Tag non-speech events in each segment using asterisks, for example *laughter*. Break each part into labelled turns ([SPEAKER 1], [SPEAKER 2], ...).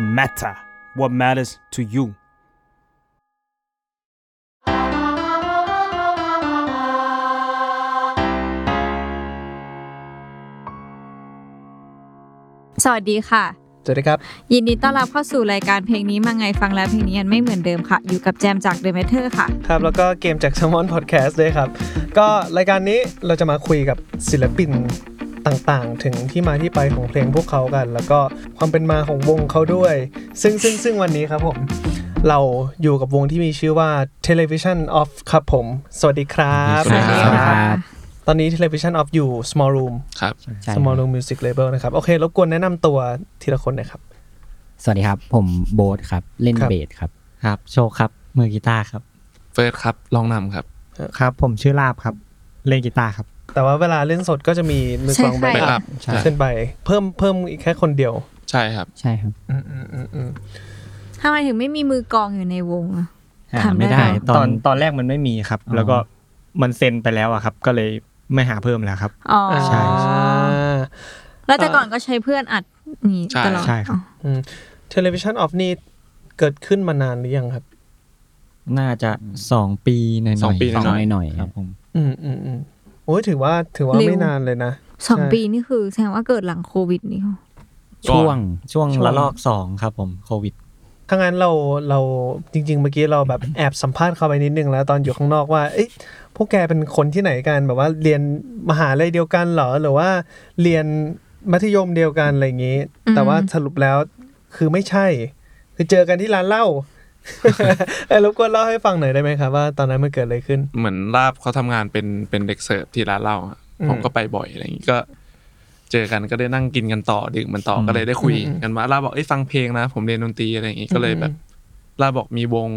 [SPEAKER 1] matter what matters to you
[SPEAKER 2] สวัสดีค่ะ
[SPEAKER 3] สวัสดีครับ
[SPEAKER 2] ยินดีต้อนรับเข้าสู่รายการเพลงนี้มาไงฟังแล้วเพลงนี้มันไม่เหมือนเดิมค่ะ อยู่กับแจมจาก The Matter ค่ะ
[SPEAKER 3] ครับ แล้วก็เกมจาก s ซ l m o n Podcast ด้วยครับ ก็รายการนี้เราจะมาคุยกับศิลปินต่างๆ ถึงที่มาที่ไปของเพลงพวกเขากัน แล้วก็ความเป็นมาของวงเขาด้วย ซึ่งซึ่งซึ่งวันนี้ครับผม เราอยู่กับวงที่มีชื่อว่า Television Off ครับผม สวัสดีครับ
[SPEAKER 4] สวัสดีครับ
[SPEAKER 3] ตอนนี้ Television Off อยู่ Small Room
[SPEAKER 4] ครับ
[SPEAKER 5] ใช่ครับ
[SPEAKER 3] Small Room Music Label นะครับ โอเค รบกวนแนะนำตัวทีละคนหนะครับ
[SPEAKER 5] สวัสดีครับ ผมโบ๊ทครับ เล่น
[SPEAKER 3] ครับ
[SPEAKER 5] เบสครับ
[SPEAKER 6] ครับโชคครับมือกีตาร์ครับ
[SPEAKER 4] เฟิร์สครับ ลองนำครับ
[SPEAKER 6] ครับ ผมชื่อลาบครับ เล่นกีตาร์ครับ
[SPEAKER 3] แต่ว่าเวลาเล่นสดก็จะมีมือกลอง
[SPEAKER 2] ใช่
[SPEAKER 3] แบ็ค
[SPEAKER 4] ไม่
[SPEAKER 2] ค่ะ
[SPEAKER 4] อัพ
[SPEAKER 6] ใช่
[SPEAKER 4] ใช่
[SPEAKER 3] ขึ้นไป เพิ่มเพิ่มอีกแค่คนเดียว
[SPEAKER 4] ใช่ครับ
[SPEAKER 5] ใช่ครับ
[SPEAKER 3] อืมอืมอืมอืม
[SPEAKER 2] ทำไมถึงไม่มีมือกลองอยู่ในวงอะ
[SPEAKER 5] หา
[SPEAKER 2] ทำได้
[SPEAKER 5] ไม่ได้
[SPEAKER 2] เหรอ
[SPEAKER 6] ต
[SPEAKER 5] ต
[SPEAKER 6] อ
[SPEAKER 5] อน น
[SPEAKER 6] ตอนแรกมันไม่มีครับ
[SPEAKER 5] อ๋อ
[SPEAKER 6] แล้วก็มันเซ็นไปแล้วอะครับ ก็เลยไม่หาเพิ่มแล้วครับ
[SPEAKER 2] อ๋อ
[SPEAKER 6] ใช่ใช่
[SPEAKER 2] แล้วแต่ก่อนก็ใช้เพื่อนอัดนี่
[SPEAKER 4] ใช่
[SPEAKER 2] ตลอด
[SPEAKER 6] ใช่ครับ
[SPEAKER 3] เทเลวิชันออฟนี่เกิดขึ้นมานานหรือยังครับ
[SPEAKER 6] น่าจะสองปีหน่อยๆ
[SPEAKER 4] สองปีหน่อยๆ
[SPEAKER 5] สองหน่อยๆ
[SPEAKER 6] ครับผม
[SPEAKER 3] อืมอืมอืมโอ้ยถือว่าถือว่าไม่นานเลยนะ
[SPEAKER 2] สองปีนี่คือแสดงว่าเกิดหลังโควิดนี่ค่ะ
[SPEAKER 5] ช่วง
[SPEAKER 6] ช่วง
[SPEAKER 3] ช่วง
[SPEAKER 6] ระลอกสองครับผมโควิด
[SPEAKER 3] ถ้างั้นเราเราจริง ๆ เมื่อกี้เราแบบแอบสัมภาษณ์เขาไปนิดนึงแล้วตอนอยู่ข้างนอกว่า เอ๊ะพวกแกเป็นคนที่ไหนกันแบบว่าเรียนมหาลัยเดียวกันเหรอหรือว่าเรียนมัธยมเดียวกันอะไรอย่างนี้ แต่ว่าสรุปแล้วคือไม่ใช่ คือเจอกันที่ร้านเหล้า *laughs* เอ้ยรบกวนเล่าให้ฟังหน่อยได้ไหมครับว่าตอนนั้นมันเกิดอะไรขึ้น
[SPEAKER 4] เหมือนลาบเขาทำงานเป็นเป็นเด็กเสิร์ฟที่ร้านเหล้าอะ
[SPEAKER 3] อืม
[SPEAKER 4] ผมก็ไปบ่อยอะไรอย่างงี้ก็ เจอกันก็ได้นั่งกินกันต่อดื่มมันต่ออ
[SPEAKER 6] ม
[SPEAKER 4] ก็เลยได้คุย
[SPEAKER 3] อืม
[SPEAKER 4] กันว่าลาบบอกเอ้ยฟังเพลงนะ ผมเรียนดนตรีอะไรอย่างงี้ก็เลยแบบลาบบอกมีวง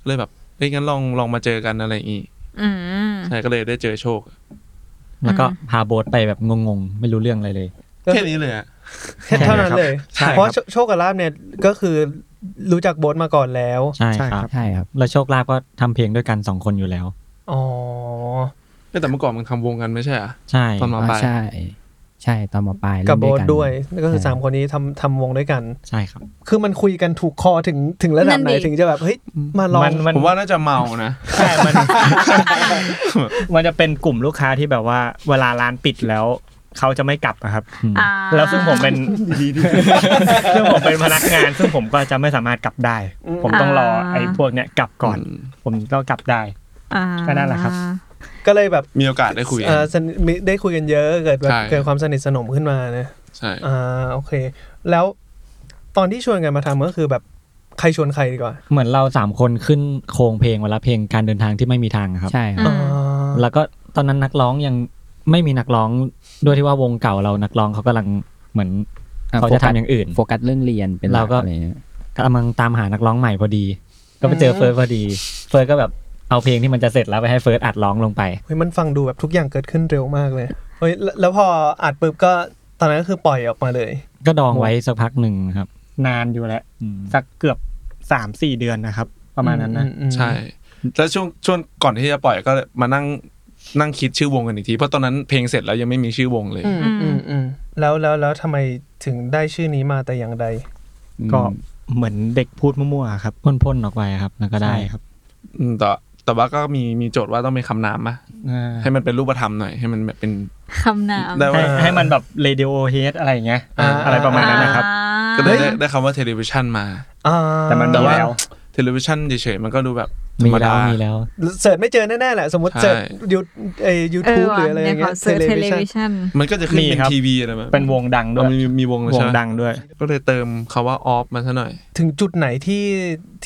[SPEAKER 4] ก็เลยแบบเอ้ยงั้นลองลองมาเจอกันอะไรอย่างงี้
[SPEAKER 2] อืม
[SPEAKER 4] ใช่ก็เลยได้เจอโชค
[SPEAKER 6] แล้วก็
[SPEAKER 2] อืม
[SPEAKER 6] พาโบ๊ทไปแบบงงๆ ไม่รู้เรื่องอะไรเลย
[SPEAKER 4] แค่นี้เลยอะ
[SPEAKER 3] แค่เท่านั้นเลย
[SPEAKER 6] ใช่ครับ
[SPEAKER 3] เพราะโชโชคกับลาบเนี่ยก็คือรู้จักโบทมาก่อนแล้ว
[SPEAKER 6] ใช่ครับ
[SPEAKER 5] ใช่ครับ
[SPEAKER 6] แล้วโชคลาบก็ทำเพลงด้วยกันสองคนอยู่แล้ว
[SPEAKER 3] อ๋อ
[SPEAKER 4] เอ้ยแต่เมื่อก่อนมึงทำวงกันไม่ใช่เหรอะ
[SPEAKER 6] ใช่
[SPEAKER 4] ตอน มาปลาย
[SPEAKER 5] ใช่ ใช่ตอนมาปลาย
[SPEAKER 3] กับโบ
[SPEAKER 5] เล่น
[SPEAKER 3] ท
[SPEAKER 5] กัน
[SPEAKER 3] ด้วย ก็คือ
[SPEAKER 5] ใช่
[SPEAKER 3] สามคนนี้ทำทำวงด้วยกัน
[SPEAKER 6] ใช่ครับ
[SPEAKER 3] คือมันคุยกันถูกคอถึงถึงระดับไหน
[SPEAKER 2] นั่นดิ
[SPEAKER 3] ถึงจะแบบ เฮ้ย มาลอง
[SPEAKER 4] ผมว่าน่าจะเมานะ
[SPEAKER 6] ใช่มัน *laughs* มันจะเป็นกลุ่มลูกค้าที่แบบว่า เวลาร้านปิดแล้วเขาจะไม่กลับนะครับ
[SPEAKER 2] อ่า
[SPEAKER 6] แล้วซึ่งผมเป็น *laughs* ซึ่งผมเป็นพนักงาน ซึ่งผมก็จะไม่สามารถกลับได้
[SPEAKER 3] อืม
[SPEAKER 6] ผมต้องรอไอ้พวกเนี้ยกลับก่อน ผมต้องกลับได้
[SPEAKER 2] อ่า
[SPEAKER 6] ก็นั่นแหละครับ
[SPEAKER 3] ก็เลยแบบ
[SPEAKER 4] มีโอกาสได้คุยกั
[SPEAKER 3] เอ่
[SPEAKER 4] น
[SPEAKER 3] อสนิทมิได้คุยกันเยอะเกิดแบบ
[SPEAKER 4] ใช่
[SPEAKER 3] เกิดความสนิทสนมขึ้นมานะ
[SPEAKER 4] ใช่
[SPEAKER 3] อ่าโอเค แล้วตอนที่ชวนกันมาทำก็คือแบบใครชวนใครดีกว่า
[SPEAKER 6] เหมือนเราสามคนขึ้นโครงเพลงวันละเพลงการเดินทางที่ไม่มีทางอะครับ
[SPEAKER 5] ใช่ค
[SPEAKER 2] อื
[SPEAKER 5] รับ
[SPEAKER 2] ม
[SPEAKER 3] า
[SPEAKER 6] แล้วก็ตอนนั้นนักร้องยังไม่มีนักร้องด้วยที่ว่าวงเก่าเรานักร้องเขากำลังเหมือน
[SPEAKER 5] อ่ะ
[SPEAKER 6] เขาจะทำอย่างอื่น
[SPEAKER 5] โฟกัสเรื่องเรียนเป็นหลั
[SPEAKER 6] เราก็
[SPEAKER 5] อะไรเงี้ย
[SPEAKER 6] กำลังตามหานักร้องใหม่พอดี ก็ไปเจอเฟิร์สพอดี เฟิร์สก็แบบเอาเพลงที่มันจะเสร็จแล้วไปให้เฟิร์สอัดร้องลงไป
[SPEAKER 3] เฮ้ยมันฟังดูแบบทุกอย่างเกิดขึ้นเร็วมากเลยเฮ้ยแล้วแล้วพออัดปุ๊บก็ตอนนั้นก็คือปล่อยออกมาเลย
[SPEAKER 6] ก็ดองไว้สักพักหนึ่งครับ นานอยู่แล้วสักเกือบสามสี่เดือนนะครับ ประมาณนั้นนะ
[SPEAKER 3] อืม
[SPEAKER 4] ใช่แล้วช่วงช่วงก่อนที่จะปล่อยก็มานั่งนั่งคิดชื่อวงกันอีกทีเพราะตอนนั้นเพลงเสร็จแล้วยังไม่มีชื่อวงเลย
[SPEAKER 3] อืมอืมอืมแล้วแล้วแล้วทำไมถึงได้ชื่อนี้มาแต่อย่างใด
[SPEAKER 5] อืม
[SPEAKER 6] ก็เหมือนเด็กพูดมั่วๆครับพ่นๆออกไปครับแล้วก็ได้ครับ
[SPEAKER 4] อืมแต่แต่ว่าก็มีมีโจทย์ว่าต้องเป็นคำนามปะให้มันเป็นรูปธรรมหน่อยให้มันแบบเป็น
[SPEAKER 2] คำนาม
[SPEAKER 4] ได้ว่า
[SPEAKER 6] ให้ให้มันแบบเรดิโอเฮดอะไรอย่างเงี้ย
[SPEAKER 3] อ่า
[SPEAKER 6] อะไรประมาณนั้นนะครับ
[SPEAKER 2] อ่า
[SPEAKER 4] ก็เลยได้ได้คำว่า television มา
[SPEAKER 3] อ่า
[SPEAKER 6] แต่มันมีแล้ว
[SPEAKER 4] television เฉยๆมันก็ดูแบบธร
[SPEAKER 6] มี
[SPEAKER 4] รม
[SPEAKER 6] แล้
[SPEAKER 4] ดา
[SPEAKER 6] วมีแล้ว
[SPEAKER 3] เสิร์ชไม่เจอแน่ๆแหละ สมมติ
[SPEAKER 4] ใช่
[SPEAKER 3] เสิร์ชยูเอยูทูบหรืออะไรอย่าง
[SPEAKER 2] เดี๋
[SPEAKER 3] เงี้
[SPEAKER 2] วย ขอเซิร์ชเทเลวิชัน
[SPEAKER 4] มันก็จะขึ้น
[SPEAKER 6] มี
[SPEAKER 4] เป็น
[SPEAKER 6] ครับ
[SPEAKER 4] ทีวีอะไรแบบ
[SPEAKER 6] เป็นวงดังด้
[SPEAKER 4] เรา
[SPEAKER 6] วย
[SPEAKER 4] มีมีวงเลยว ใช่
[SPEAKER 6] ง
[SPEAKER 4] ไหม
[SPEAKER 6] ดังด้วย
[SPEAKER 4] ก็เลยเติมคาว่า off มาซะหน่อย
[SPEAKER 3] ถึงจุดไหนที่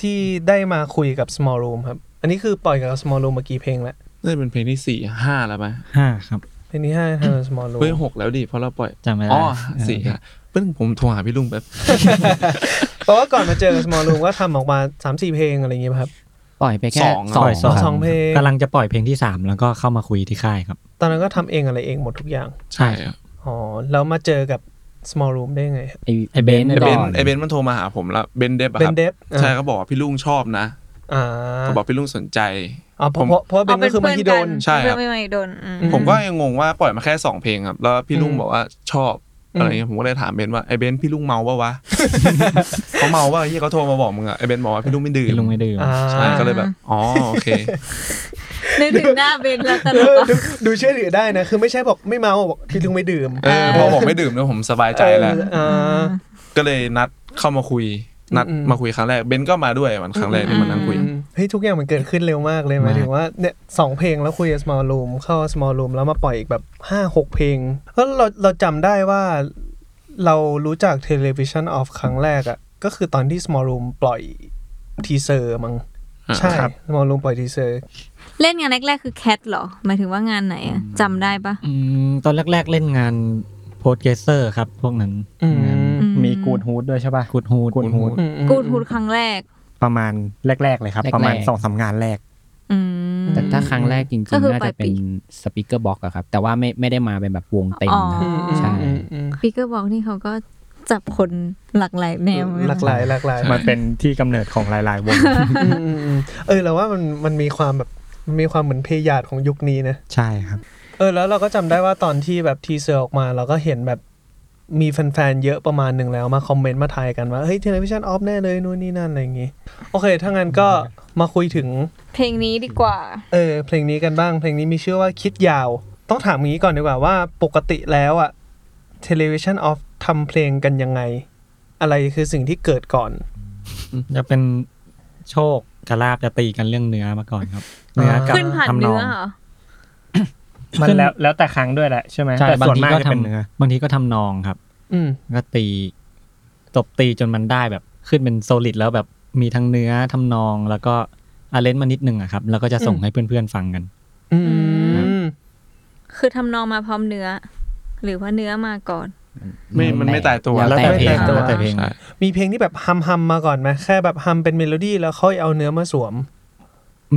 [SPEAKER 3] ที่ได้มาคุยกับ small room ครับ อันนี้คือปล่อยกับ small room เมื่อกี้เพลงแล้ว
[SPEAKER 4] น่าจะเป็นเพลงที่สี่ห้าแล้วไหม
[SPEAKER 6] ห้าครับ
[SPEAKER 3] เพลงที่ห้าทาง small
[SPEAKER 4] เฮ้ย
[SPEAKER 3] room
[SPEAKER 4] หกแล้วดิเพราะเราปล่อย
[SPEAKER 6] จำไม่
[SPEAKER 4] อ๋
[SPEAKER 6] ได้
[SPEAKER 4] อสี่ฮะเพิ่งผมโทรหาพี่ลุงแบบ
[SPEAKER 3] เพราะว่าก่อนมาเจอกับ small room ก็ทำออกมา 3 4 เพลงอะไรอย่างเงี้ยครับ
[SPEAKER 5] ปล่อยไปแค่
[SPEAKER 4] สอง
[SPEAKER 5] สอง
[SPEAKER 3] สองส
[SPEAKER 5] ครั
[SPEAKER 3] อบ งเพลง
[SPEAKER 6] กำลังจะปล่อยเพลงที่สามแล้วก็เข้ามาคุยที่ค่ายครับ
[SPEAKER 3] ตอนนั้นก็ทำเองอะไรเองหมดทุกอย่าง
[SPEAKER 4] ใช่ครับ
[SPEAKER 3] อ๋อ แล้วมาเจอกับ small room ได้ไงครับ
[SPEAKER 5] ไอไอเบนซ์
[SPEAKER 4] ไอเบนซ์
[SPEAKER 5] ก่
[SPEAKER 4] ไอเบนซ์มันโทรมาหาผมแล้วเบนเดฟอะ
[SPEAKER 3] เป็
[SPEAKER 4] ครั
[SPEAKER 3] น
[SPEAKER 4] บ
[SPEAKER 3] เดฟ
[SPEAKER 4] ใช่เขาบอกว่าพี่ลุงชอบนะ
[SPEAKER 3] อ่า
[SPEAKER 4] เขาบอกพี่ลุงสนใจ
[SPEAKER 3] อ๋อเพราะเพราะเพราะว่าเบนก็คือมาที่โดน
[SPEAKER 4] ใช่ครับ
[SPEAKER 2] เพื่อนไม่มาฮิโดนอืม
[SPEAKER 4] ผมก็ยังงงว่าปล่อยมาแค่สองเพลงครับ แล้วพี่ลุง
[SPEAKER 3] อืม
[SPEAKER 4] บอกว่าชอบ อะไรเงี้ยผมก็เลยถามเบนว่าไอ้เบนพี่ลุงเมาปะวะ เขาเมาว่าเฮียเขาโทรมาบอกมึงอะไอ้เบนบอกว่าพี่ลุงไม่ดื่ม
[SPEAKER 6] พี่ลุงไม่ดื่ม
[SPEAKER 3] อ่า
[SPEAKER 4] ใช่ก็เลยแบบอ๋อโอเค
[SPEAKER 2] *laughs* นึกถึงหน้าเบนแล้วตล
[SPEAKER 3] เอ
[SPEAKER 2] อ
[SPEAKER 3] อ
[SPEAKER 2] ด
[SPEAKER 3] ดูดูเชื่อถือได้นะ คือไม่ใช่บอกไม่เมาบอกพี่ลุงไม่ดื่ม
[SPEAKER 4] เออพอบอกไม่ดื่มแล้วผมสบายใจแล้ว
[SPEAKER 3] เอออ่า
[SPEAKER 4] ก็เลยนัดเข้ามาคุย นัด
[SPEAKER 3] อืม
[SPEAKER 4] มาคุยครั้งแรกเบนก็มาด้วยมันครั้งแรกที่มานั่งคุย
[SPEAKER 3] อืมเฮ้ยทุกอย่างมันเกิดขึ้นเร็วมากเลยหมาย
[SPEAKER 6] มาก
[SPEAKER 3] ถึงว่าเนี่ยสองเพลงแล้วคุยกับ small room เข้า small room แล้วมาปล่อยอีกแบบห้าหกเพลงแล้วเราเราจำได้ว่าเรารู้จัก television off ครั้งแรกอะก็คือตอนที่ small room ปล่อยทีเซอร์มั้ง
[SPEAKER 4] อ่า
[SPEAKER 3] ใช่
[SPEAKER 4] ครับ
[SPEAKER 3] small room ปล่อยทีเซอร์
[SPEAKER 2] เล่นงานแรกๆคือแคทเหรอหมายถึงว่างานไหนอะจำได้ปะ
[SPEAKER 6] อืมตอนแรก ๆ เล่นงานโพสเกเซอร์ครับ พวกนั้น
[SPEAKER 3] อืม
[SPEAKER 5] มีกูดฮูดด้วยใช่ป่ะ
[SPEAKER 6] กูดฮูด
[SPEAKER 4] Good Hood
[SPEAKER 3] อืมอืม
[SPEAKER 2] กูดพูดครั้งแรก
[SPEAKER 7] ประมาณแรก ๆ เลยครับ
[SPEAKER 5] แรกๆ
[SPEAKER 7] ประมาณสองสามงานแรก
[SPEAKER 2] อืม
[SPEAKER 5] แต่ถ้าครั้งแรกจริง
[SPEAKER 2] ก็คือ
[SPEAKER 5] ๆ น่าจะเป็น
[SPEAKER 2] ปลายปี
[SPEAKER 5] สปีกเกอร์บ็อกอะครับ แต่ว่าไม่ไม่ได้มาเป็นแบบวงเต็ม
[SPEAKER 2] อ๋อ
[SPEAKER 5] นะ
[SPEAKER 3] อืม
[SPEAKER 5] ใช่
[SPEAKER 3] อืมอืม
[SPEAKER 2] ปีเกอร์บอกนี่เขาก็จับคนหลากหลายแนว
[SPEAKER 3] หลากหลายหลากหลาย
[SPEAKER 7] มันเป็นที่กำเนิดของหลาย ๆ ว
[SPEAKER 6] *laughs*
[SPEAKER 7] ง
[SPEAKER 3] อืมอืมอืมเออเราว่ามันมันมีความแบบมันมีความเหมือนเพยาดของยุคนี้นะ
[SPEAKER 7] ใช่ครับ
[SPEAKER 3] เออแล้วเราก็จำได้ว่าตอนที่แบบทีเซอร์ออกมา เราก็เห็นแบบมีแฟนๆ เยอะประมาณหนึ่งแล้วมาคอมเมนต์มาทายกันว่า เฮ้ยเทเลวิชันออฟแน่เลยนู่นนี่นั่น อะไรอย่างงี้ โอเค ถ้างั้นก็มาคุยถึง
[SPEAKER 2] เพลงนี้ดีกว่า
[SPEAKER 3] เออเพลงนี้กันบ้าง เพลงนี้มีชื่อว่าคิดยาว ต้องถามงี้ก่อนดีกว่าว่าปกติแล้วอะ Television Off ทำเพลงกันยังไง อะไรคือสิ่งที่เกิดก่อน
[SPEAKER 6] จะเป็นโชคกระลาบจะตีกันเรื่องเนื้อมาก่อนครับ เนื้อกับ
[SPEAKER 2] ขึ้นผ่าน
[SPEAKER 6] ทำนอ
[SPEAKER 2] เนื้อง เหรอ
[SPEAKER 7] มันแล้วแล้วแต่ครั้งด้วยแหละใช่ไหม
[SPEAKER 6] ใช่
[SPEAKER 7] แต่
[SPEAKER 6] บาง
[SPEAKER 7] ส่วน
[SPEAKER 6] ที
[SPEAKER 7] มาก
[SPEAKER 6] ก็
[SPEAKER 7] จะ
[SPEAKER 6] ท
[SPEAKER 7] เป็นเนื้อ
[SPEAKER 6] ำบางทีก็ทำนองครับ
[SPEAKER 3] อืม
[SPEAKER 6] ก็ตีตบตีจนมันได้แบบขึ้นเป็นโซลิดแล้วแบบมีทั้งเนื้อทำนอง แล้วก็อาเลนมานิดนึงอะครับ แล้วก็จะส่ง
[SPEAKER 3] อืม
[SPEAKER 6] ให้เพื่อนๆฟังกัน
[SPEAKER 3] อืม
[SPEAKER 2] คือทำนองมาพร้อมเนื้อ หรือว่าเนื้อมาก่อน
[SPEAKER 4] ไม่มันไม่ตายตัว
[SPEAKER 5] แล้วแต่เพลง
[SPEAKER 3] แล้ว
[SPEAKER 6] แต่เพลง
[SPEAKER 4] ใช่
[SPEAKER 3] มีเพลงที่แบบฮัมฮัมมาก่อนไหมแค่แบบฮัมเป็นเมโลดี้แล้วค่อยเอาเนื้อมาสวม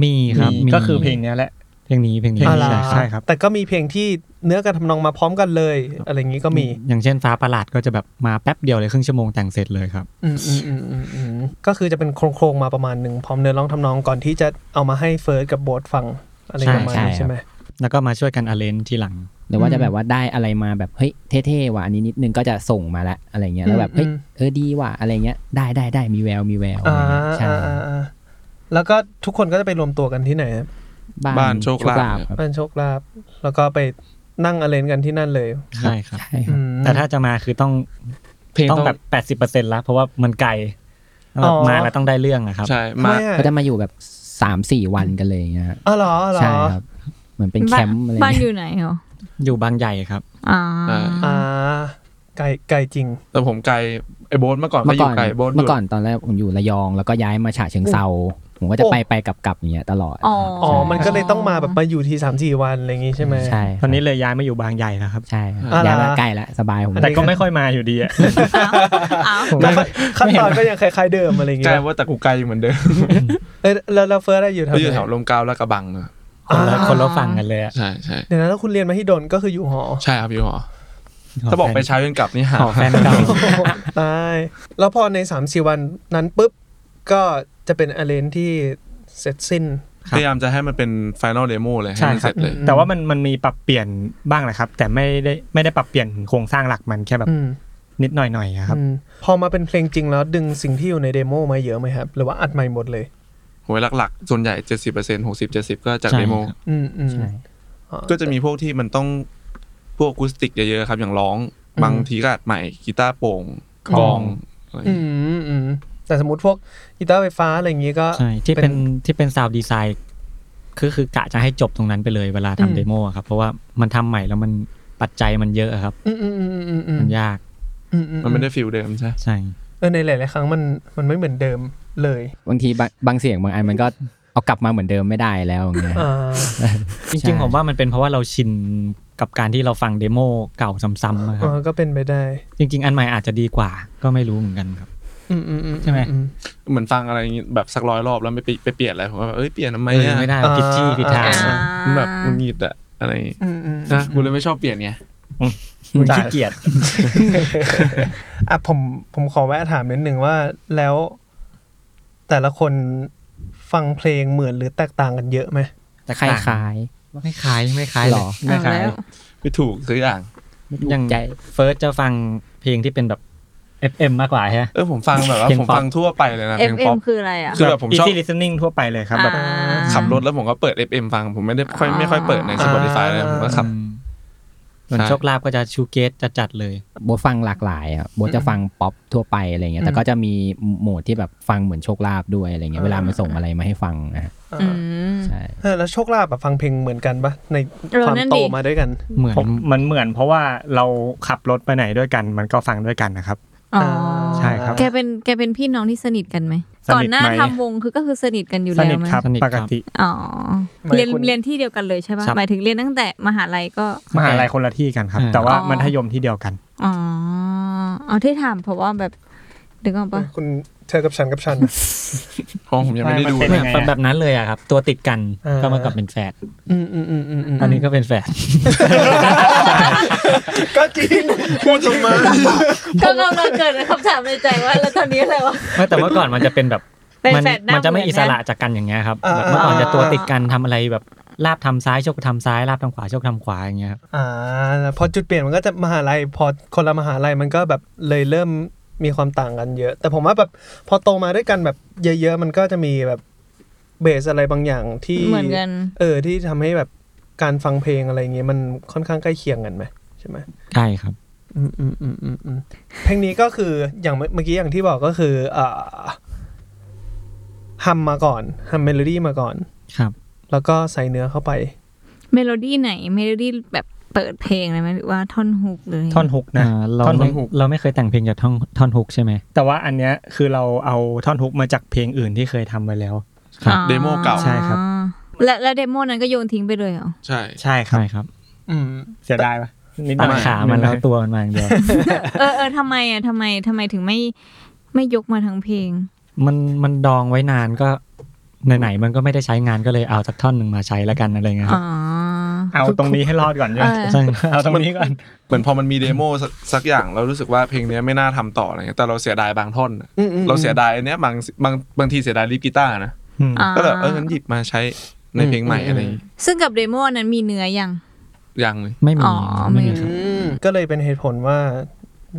[SPEAKER 6] มีครับ
[SPEAKER 7] มี
[SPEAKER 6] มี
[SPEAKER 7] ก็คือเพลงเนี้ยแหละ
[SPEAKER 6] เพลงนี้เพลงนี้
[SPEAKER 3] อ๋อเหรอ
[SPEAKER 6] ใช่
[SPEAKER 7] ใช่ครับ
[SPEAKER 3] แต่ก็มีเพลงที่เนื้อกับทำนองมาพร้อมกันเลย อะไรอย่างนี้ก็มี
[SPEAKER 6] อย่างเช่นฟ้าประหลาดก็จะแบบมาแป๊บเดียวเลยครึ่งชั่วโมงแต่งเสร็จเลยครับ
[SPEAKER 3] อืมอืมอืมอืมอืมก็คือจะเป็นโครงๆมาประมาณหนึ่งพร้อมเนื้อร้องทำนองก่อนที่จะเอามาให้เฟิร์สกับโบทฟังอะไรประมาณนี้
[SPEAKER 5] ใช่
[SPEAKER 3] ใช่ไหม
[SPEAKER 6] แล้วก็มาช่วยกันอาเลนทีหลัง
[SPEAKER 5] หรือว่าจะแบบว่าได้อะไรมาแบบเฮ้ยเท่ๆว่ะอันนี้นิดนึงก็จะส่งมาละอะไรเงี้ยแล้วแบบเฮ้ย
[SPEAKER 3] อืม
[SPEAKER 5] เออดีว่ะอะไรเงี้ยได้ได้ได้มีแววมีแววอะ
[SPEAKER 3] อ่า
[SPEAKER 5] ไรเงี้ยใช่
[SPEAKER 3] อ่าอ่าอ่าแล้วก็ทุกคนก็จะไปรวมตัวกันที่ไหนครับ
[SPEAKER 4] บ้านโชคลาภ
[SPEAKER 5] ครับ
[SPEAKER 3] บ้านโชคลาภแล้วก็ไปนั่งอเลนกันที่นั่นเลย
[SPEAKER 6] ใช่ครับ
[SPEAKER 5] ใช่ครับ
[SPEAKER 3] อืม
[SPEAKER 6] แต่ถ้าจะมาคือต้อง
[SPEAKER 4] เพลง
[SPEAKER 6] ต้อง
[SPEAKER 4] ต้อง
[SPEAKER 6] แบบแปดสิบเปอร์เซ็นต์ละเพราะว่ามันไกลต้องแบบ
[SPEAKER 3] อ๋อ
[SPEAKER 6] มาแล้วต้องได้เรื่องอะครับ
[SPEAKER 4] ใช่มา
[SPEAKER 3] ไม่อ่ะ
[SPEAKER 5] ก็จะมาอยู่แบบสามสี่วันกันเลยอย่างเงี้ยฮะ
[SPEAKER 3] อ๋อเหรออ๋อเหรอ
[SPEAKER 5] ใช่ครับ เหมือนเป็นแคมป์อะไร
[SPEAKER 2] บ้านอ
[SPEAKER 5] เงี้ย
[SPEAKER 2] ยู่ไหนเหรอ
[SPEAKER 6] อยู่บางใหญ่ครับ
[SPEAKER 2] อ่า
[SPEAKER 3] อ่าไกลไกลจริง
[SPEAKER 4] แต่ผมไกลไอ้โบ๊ทเมื่อก่อนก็
[SPEAKER 5] เมื่อ
[SPEAKER 4] อ
[SPEAKER 5] ก่อยู่ น
[SPEAKER 4] ไกลโบ๊ทอ
[SPEAKER 5] เมื่
[SPEAKER 4] ยู่
[SPEAKER 5] อก่อนตอนแรกผมอยู่ระยอง แล้วก็ย้ายมาฉะเชิงเซาผมก็จะ
[SPEAKER 3] โอ้
[SPEAKER 5] ไปไปกลับกลับอย่างเงี้ยตลอด
[SPEAKER 2] อ๋อ
[SPEAKER 3] อ๋อ
[SPEAKER 5] ใช่
[SPEAKER 3] มันก็เลยต้องมาแบบมาอยู่ทีสามสี่วันอะไรอย่างงี้ใช่ไหม
[SPEAKER 5] ใช่ครับ
[SPEAKER 6] ตอนนี้เลยย้ายมาอยู่บางใหญ่แล้วครับ
[SPEAKER 5] ใช่ครับ
[SPEAKER 3] อ่า
[SPEAKER 5] ย้ายมา
[SPEAKER 3] ล่ะ
[SPEAKER 5] ใกล้ละสบายผม
[SPEAKER 6] แต่ก็ไม่ค่อยมาอยู่ดีอะ
[SPEAKER 2] อ้าว
[SPEAKER 3] แล้วก็ขั้นตอนก็ยังคล้ายๆเดิมอะไรอย่าง
[SPEAKER 4] ใก
[SPEAKER 3] เงี้
[SPEAKER 4] ล้
[SPEAKER 3] ย
[SPEAKER 4] ว่าแต่กูไกลอยู่เหมือนเดิม
[SPEAKER 3] เออแล้วแล้วเฟิร์สอะอยู่แถว
[SPEAKER 4] ก็อยู่แถว
[SPEAKER 3] ไหน
[SPEAKER 4] ลมเกล้าวและกระบังนะ
[SPEAKER 6] คนละคนละฝั่งกันเลยอะ
[SPEAKER 4] ใช่ใช่
[SPEAKER 3] เดี๋ยวนะแล้วคุณเรียนมาที่ดนก็คืออยู่หอ
[SPEAKER 4] ใช่ครับพี่หอถ้าบอกไปเช้าจนกลับนี่หา
[SPEAKER 6] ขอแฟนเก่า
[SPEAKER 3] ตายแล้วพอในสามสี่วันนั้นปุ๊บ ก็จะเป็นอเลนที่เสร็จสิ้น
[SPEAKER 6] ครับ
[SPEAKER 4] พยายามจะให้มันเป็นฟิแนลเดโมเลยให้
[SPEAKER 6] ใช่
[SPEAKER 4] มัน
[SPEAKER 6] ค
[SPEAKER 4] เส
[SPEAKER 6] รั
[SPEAKER 4] ร็
[SPEAKER 6] บ
[SPEAKER 4] จเลย
[SPEAKER 3] อืม
[SPEAKER 6] แต่ว่ามันมันมีปรับเปลี่ยนบ้างนะครับ แต่ไม่ได้ไม่ได้ปรับเปลี่ยนโครงสร้างหลักมันแค่แบบ
[SPEAKER 3] อืม
[SPEAKER 6] นิดหน่อยหน่อยๆอะครับ
[SPEAKER 3] อืมพอมาเป็นเพลงจริงแล้วดึงสิ่งที่อยู่ในเดโมมาเยอะไหมครับ หรือว่าอัดใหม่หมดเลย
[SPEAKER 4] หวยหลักๆ ส่วนใหญ่ 70% 60 70 ก็จาก
[SPEAKER 6] ใช่
[SPEAKER 4] เดโม
[SPEAKER 6] ครับ
[SPEAKER 3] อืมอืม
[SPEAKER 5] ใช่
[SPEAKER 3] อ๋อ
[SPEAKER 4] ก็จะมีพวกที่มันต้องพวกอะคูสติกเยอะๆครับ อย่างร้อง บางทีก็อัดใหม่กีตาร์โปร่งกลองอะไรอย่าง
[SPEAKER 3] อื
[SPEAKER 4] เงี้
[SPEAKER 3] ม
[SPEAKER 4] ย
[SPEAKER 3] อืมแต่สมมติพวกกีตาร์ไฟฟ้าอะไรอย่างงี้ก็
[SPEAKER 6] ใช่ที่เป็น
[SPEAKER 3] เป็น
[SPEAKER 6] ที่เป็นซาวดีไซน์คือคือกะจะให้จบตรงนั้นไปเลยเวลา
[SPEAKER 3] อื
[SPEAKER 6] ทำ
[SPEAKER 3] ม
[SPEAKER 6] เดโมอะครับ เพราะว่ามันทำใหม่แล้วมันปัจจัยมันเยอะอะครับ
[SPEAKER 3] อืมอืมอืมอืมอืม
[SPEAKER 6] มันยาก
[SPEAKER 3] อือื
[SPEAKER 4] มันไม่ได้ฟิลเดิมใช่
[SPEAKER 6] ใช่
[SPEAKER 3] เออในหลายๆครั้งมันมันไม่เหมือนเดิมเลย
[SPEAKER 5] บางทีบางบางเสียงบางอันมันก็เอากลับมาเหมือนเดิมไม่ได้แล้วอย่างเงี้ย
[SPEAKER 3] อ่า
[SPEAKER 6] จริง ๆ ผมว่ามันเป็นเพราะว่าเราชินกับการที่เราฟังเดโมเก่าซ้ำๆอะค
[SPEAKER 3] เอ
[SPEAKER 6] รับ
[SPEAKER 3] อก็เป็นไปได้
[SPEAKER 6] จริง ๆ อันใหม่อาจจะดีกว่า ก็ไม่รู้เหมือนกันครับ
[SPEAKER 3] อืมอืมอืม
[SPEAKER 6] ใช่ไหม
[SPEAKER 3] อื
[SPEAKER 4] เหมือนฟังอะไรอย่างงี้แบบสักร้อยรอบแล้วไม่ไปไปเปลี่ยนอะไรผมว่าแบบเอ้ยเปลี่ยนทำไม
[SPEAKER 6] เออ
[SPEAKER 4] อ่ะ
[SPEAKER 6] ไม่ได้ว่าผิดที่ผิดทาง
[SPEAKER 3] อ่า
[SPEAKER 4] มันแบบมึนหงิดอะอะไรอย่างงี้
[SPEAKER 3] อืมอืม
[SPEAKER 4] นะกูเลยไม่ชอบเปลี่ยนไง
[SPEAKER 6] มึงขี้เกียจ
[SPEAKER 3] อ่ะ *laughs* ผมผมขอแวะถามนิดหนึ่งว่าแล้วแต่ละคนฟังเพลงเหมือนหรือแตกต่างกันเยอะไหม
[SPEAKER 5] แต่คล้าย
[SPEAKER 6] ไม่ขายไม่ขาย
[SPEAKER 5] หรอ
[SPEAKER 6] ไม่ขาย
[SPEAKER 2] แล้ว
[SPEAKER 4] ไม่ถูกสักอย่าง
[SPEAKER 5] ไม่ถู
[SPEAKER 6] ยัง
[SPEAKER 5] กใจ
[SPEAKER 6] เฟิร์สจะฟังเพลงที่เป็นแบบ FM มากกว่าใช่ไหม
[SPEAKER 4] เออผมฟังแบบว่า
[SPEAKER 6] เพลง
[SPEAKER 4] ผม
[SPEAKER 6] ป๊อป
[SPEAKER 4] ฟังทั่วไปเลยนะเพลงป๊อ
[SPEAKER 2] FM
[SPEAKER 4] ป
[SPEAKER 2] คืออะไรอ่ะ
[SPEAKER 4] คือแบบผมชอบ
[SPEAKER 7] easy listening ทั่วไปเลยครับแบบ
[SPEAKER 2] อ่า
[SPEAKER 4] ขับรถแล้วผมก็เปิด FM ฟัง ผมไม่ได้ค่อย
[SPEAKER 2] อ่า
[SPEAKER 4] ไม่ค่อยเปิดใน Spotify เลยผมก็ขับ
[SPEAKER 6] อืมส่วน
[SPEAKER 4] ใช่
[SPEAKER 6] โชคลาภก็จะชูเกตจะจัดๆเลย
[SPEAKER 5] โบทฟังหลากหลายอ่ะโบทจะฟังป๊อปทั่วไปอะไรเงี้ย แต่ก็จะมีโหมดที่แบบฟังเหมือนโชคลาภด้วยอะไรเงี้ย เวลามันส่งอะไรมาให้ฟังนะฮะ
[SPEAKER 3] อ่า
[SPEAKER 2] อืม
[SPEAKER 5] ใช่
[SPEAKER 3] เออแล้วโชคลาภแบบฟังเพลงเหมือนกันปะใน
[SPEAKER 2] เออ
[SPEAKER 3] ความ
[SPEAKER 2] นั่น
[SPEAKER 3] โต
[SPEAKER 2] ดิ
[SPEAKER 3] มาด้วยกัน
[SPEAKER 6] เหมือน
[SPEAKER 7] ผมมันเหมือนเพราะว่าเราขับรถไปไหนด้วยกัน มันก็ฟังด้วยกันนะครับ
[SPEAKER 2] อ๋อ
[SPEAKER 7] ใช่ครับ
[SPEAKER 2] แกเป็นแกเป็นพี่น้องที่สนิทกันไหม
[SPEAKER 7] สนิท
[SPEAKER 2] ก่อน
[SPEAKER 7] ไหม
[SPEAKER 2] หน้าทำวงคือก็คือสนิทกันอยู่
[SPEAKER 7] ส
[SPEAKER 2] แล้ว
[SPEAKER 7] นิท
[SPEAKER 2] ไหม
[SPEAKER 7] ครับ
[SPEAKER 6] สนิทค
[SPEAKER 7] ป
[SPEAKER 6] รับ
[SPEAKER 7] กติ
[SPEAKER 2] อ๋อ
[SPEAKER 3] หมาย
[SPEAKER 2] เรียน
[SPEAKER 3] คุณ
[SPEAKER 2] เรียนที่เดียวกันเลยใช่ปะ
[SPEAKER 6] ครับ
[SPEAKER 2] หมายถึงเรียนตั้งแต่มหาลัยก็
[SPEAKER 7] มหาลัยคนละที่กันครับ
[SPEAKER 6] อ่า
[SPEAKER 7] แต่ว่า
[SPEAKER 2] อ๋อ
[SPEAKER 7] มัธยมที่เดียวกัน
[SPEAKER 2] อ๋อเอาที่ถามเพราะว่าแบบดึงออกปะ
[SPEAKER 3] คุณเธอกับฉันกับฉัน
[SPEAKER 4] เพราะผมยังไม่ได้
[SPEAKER 7] มัน
[SPEAKER 4] ดู
[SPEAKER 7] เป็น
[SPEAKER 4] เลย
[SPEAKER 6] แบบ
[SPEAKER 7] ไงอะ
[SPEAKER 6] แบบแบบนั้นเลยอะครับ ตัวติดกัน
[SPEAKER 3] อ่า
[SPEAKER 6] ก็มากับเป็นแฝด
[SPEAKER 3] อืมอืมอืมอืมอืม
[SPEAKER 6] อันนี้ก็เป็นแฝด
[SPEAKER 3] ก็จริง
[SPEAKER 4] พูดทำไม
[SPEAKER 2] ก็กำลังเกิดคำถามในใจว่าแล้วตอนนี้อะไรวะ
[SPEAKER 6] ไม่แต่เมื่อก่อนมันจะเป็นแบบ
[SPEAKER 2] เป็น
[SPEAKER 6] มั
[SPEAKER 2] แฝดหน้า
[SPEAKER 6] มัจะไม่
[SPEAKER 2] เหมือน
[SPEAKER 6] อิสระ
[SPEAKER 2] นะ
[SPEAKER 6] จากกันอย่างเงี้ยครับแบบเมื่อก่อนจะตัวติดกันทำอะไรแบบลาบทำซ้ายโชคทำซ้ายลาบทำขวาโชคทำขวาอย่างเงี้ยครับ
[SPEAKER 3] อ่าพอจุดเปลี่ยนมันก็จะมหาลัยพอคนละมหาลัยมันก็แบบเลยเริ่มมีความต่างกันเยอะ แต่ผมว่าแบบพอโตมาด้วยกันแบบเยอะ ๆ มันก็จะมีแบบเบสอะไรบางอย่างที่
[SPEAKER 2] เหมือนกัน
[SPEAKER 3] เออที่ทำให้แบบการฟังเพลงอะไรอย่างเงี้ยมันค่อนข้างใกล้เคียงกันไหมใช่ไหม
[SPEAKER 6] ใช่ครับ
[SPEAKER 3] อืมอืมอืมอืมอืมเพลงนี้ก็คืออย่างเมื่อเมื่อกี้อย่างที่บอกก็คือเอ่อฮัมมาก่อนฮัมเมโลดี้มาก่อน
[SPEAKER 6] ครับ
[SPEAKER 3] แล้วก็ใส่เนื้อเข้าไป
[SPEAKER 2] เมโลดี้ไหน เมโลดี้แบบเปิดเพลงอะไรไหมหรือว่าท่อนฮุกเลย
[SPEAKER 7] ท่อนฮุกนะ
[SPEAKER 6] อ่าเรา
[SPEAKER 7] ท่อน
[SPEAKER 6] ไม่
[SPEAKER 7] ฮุก
[SPEAKER 6] เราไม่เคยแต่งเพลงจากท่อนท่อนฮุกใช่ไหม
[SPEAKER 7] แต่ว่าอันเนี้ยคือเราเอาท่อนฮุกมาจากเพลงอื่นที่เคยทำไว้แล้ว
[SPEAKER 6] ครับ
[SPEAKER 2] อ๋อ
[SPEAKER 4] เดโมเก่า
[SPEAKER 7] ใช่ครับ
[SPEAKER 2] และและเดโมนั้นก็โยนทิ้งไปเลยเหร
[SPEAKER 7] *laughs*
[SPEAKER 2] อ
[SPEAKER 4] ใช่
[SPEAKER 7] ใช่ครับ
[SPEAKER 6] ใช่ครับ
[SPEAKER 3] อืม
[SPEAKER 7] เสียดายปะนิดห
[SPEAKER 6] ตั
[SPEAKER 7] น่
[SPEAKER 6] ด
[SPEAKER 7] อย
[SPEAKER 6] ขามันแล้วตัวมันมาอย่างเดียว
[SPEAKER 2] เออเออทำไมอ่ะทำไมทำไมถึงไม่ไม่ยกมาทั้งเพล
[SPEAKER 7] *laughs*
[SPEAKER 2] ง
[SPEAKER 6] มันมันดองไว้นานก็ไหนๆมันก็ไม่ได้ใช้งานก็เลยเอาสักท่อนหนึ่งมาใช้แล้วกันอะไรเงี้ยค
[SPEAKER 2] อ๋
[SPEAKER 6] รั
[SPEAKER 2] อ
[SPEAKER 6] บ
[SPEAKER 7] เอาตรงนี้ให้รอดก่อนใช่ไหม
[SPEAKER 2] เออ
[SPEAKER 6] ใช่
[SPEAKER 7] เอาตรงนี้ก่อน
[SPEAKER 4] เหมือนพอมันมีเดโมสักสักอย่างเรารู้สึกว่าเพลงเนี้ยไม่น่าทำต่ออะไรเงี้ยแต่เราเสียดายบางท่อนอะ
[SPEAKER 3] อืมอืม
[SPEAKER 4] เราเสียดายอันเนี้ยบางบางบางทีเสียดายรีบกีตาร์นะ
[SPEAKER 2] อ่า
[SPEAKER 4] ก็แบบเอองั้นหยิบมาใช้ในเพลงใหม่อะไรอย่างงี้
[SPEAKER 2] ซึ่งกับเดโมอันนั้นมีเนื้อยัง
[SPEAKER 4] ยังเลย
[SPEAKER 6] ไม่มี
[SPEAKER 2] อ๋อ
[SPEAKER 6] ไม่
[SPEAKER 2] ไม่
[SPEAKER 6] มีครับ
[SPEAKER 3] ก็เลยเป็นเหตุผลว่า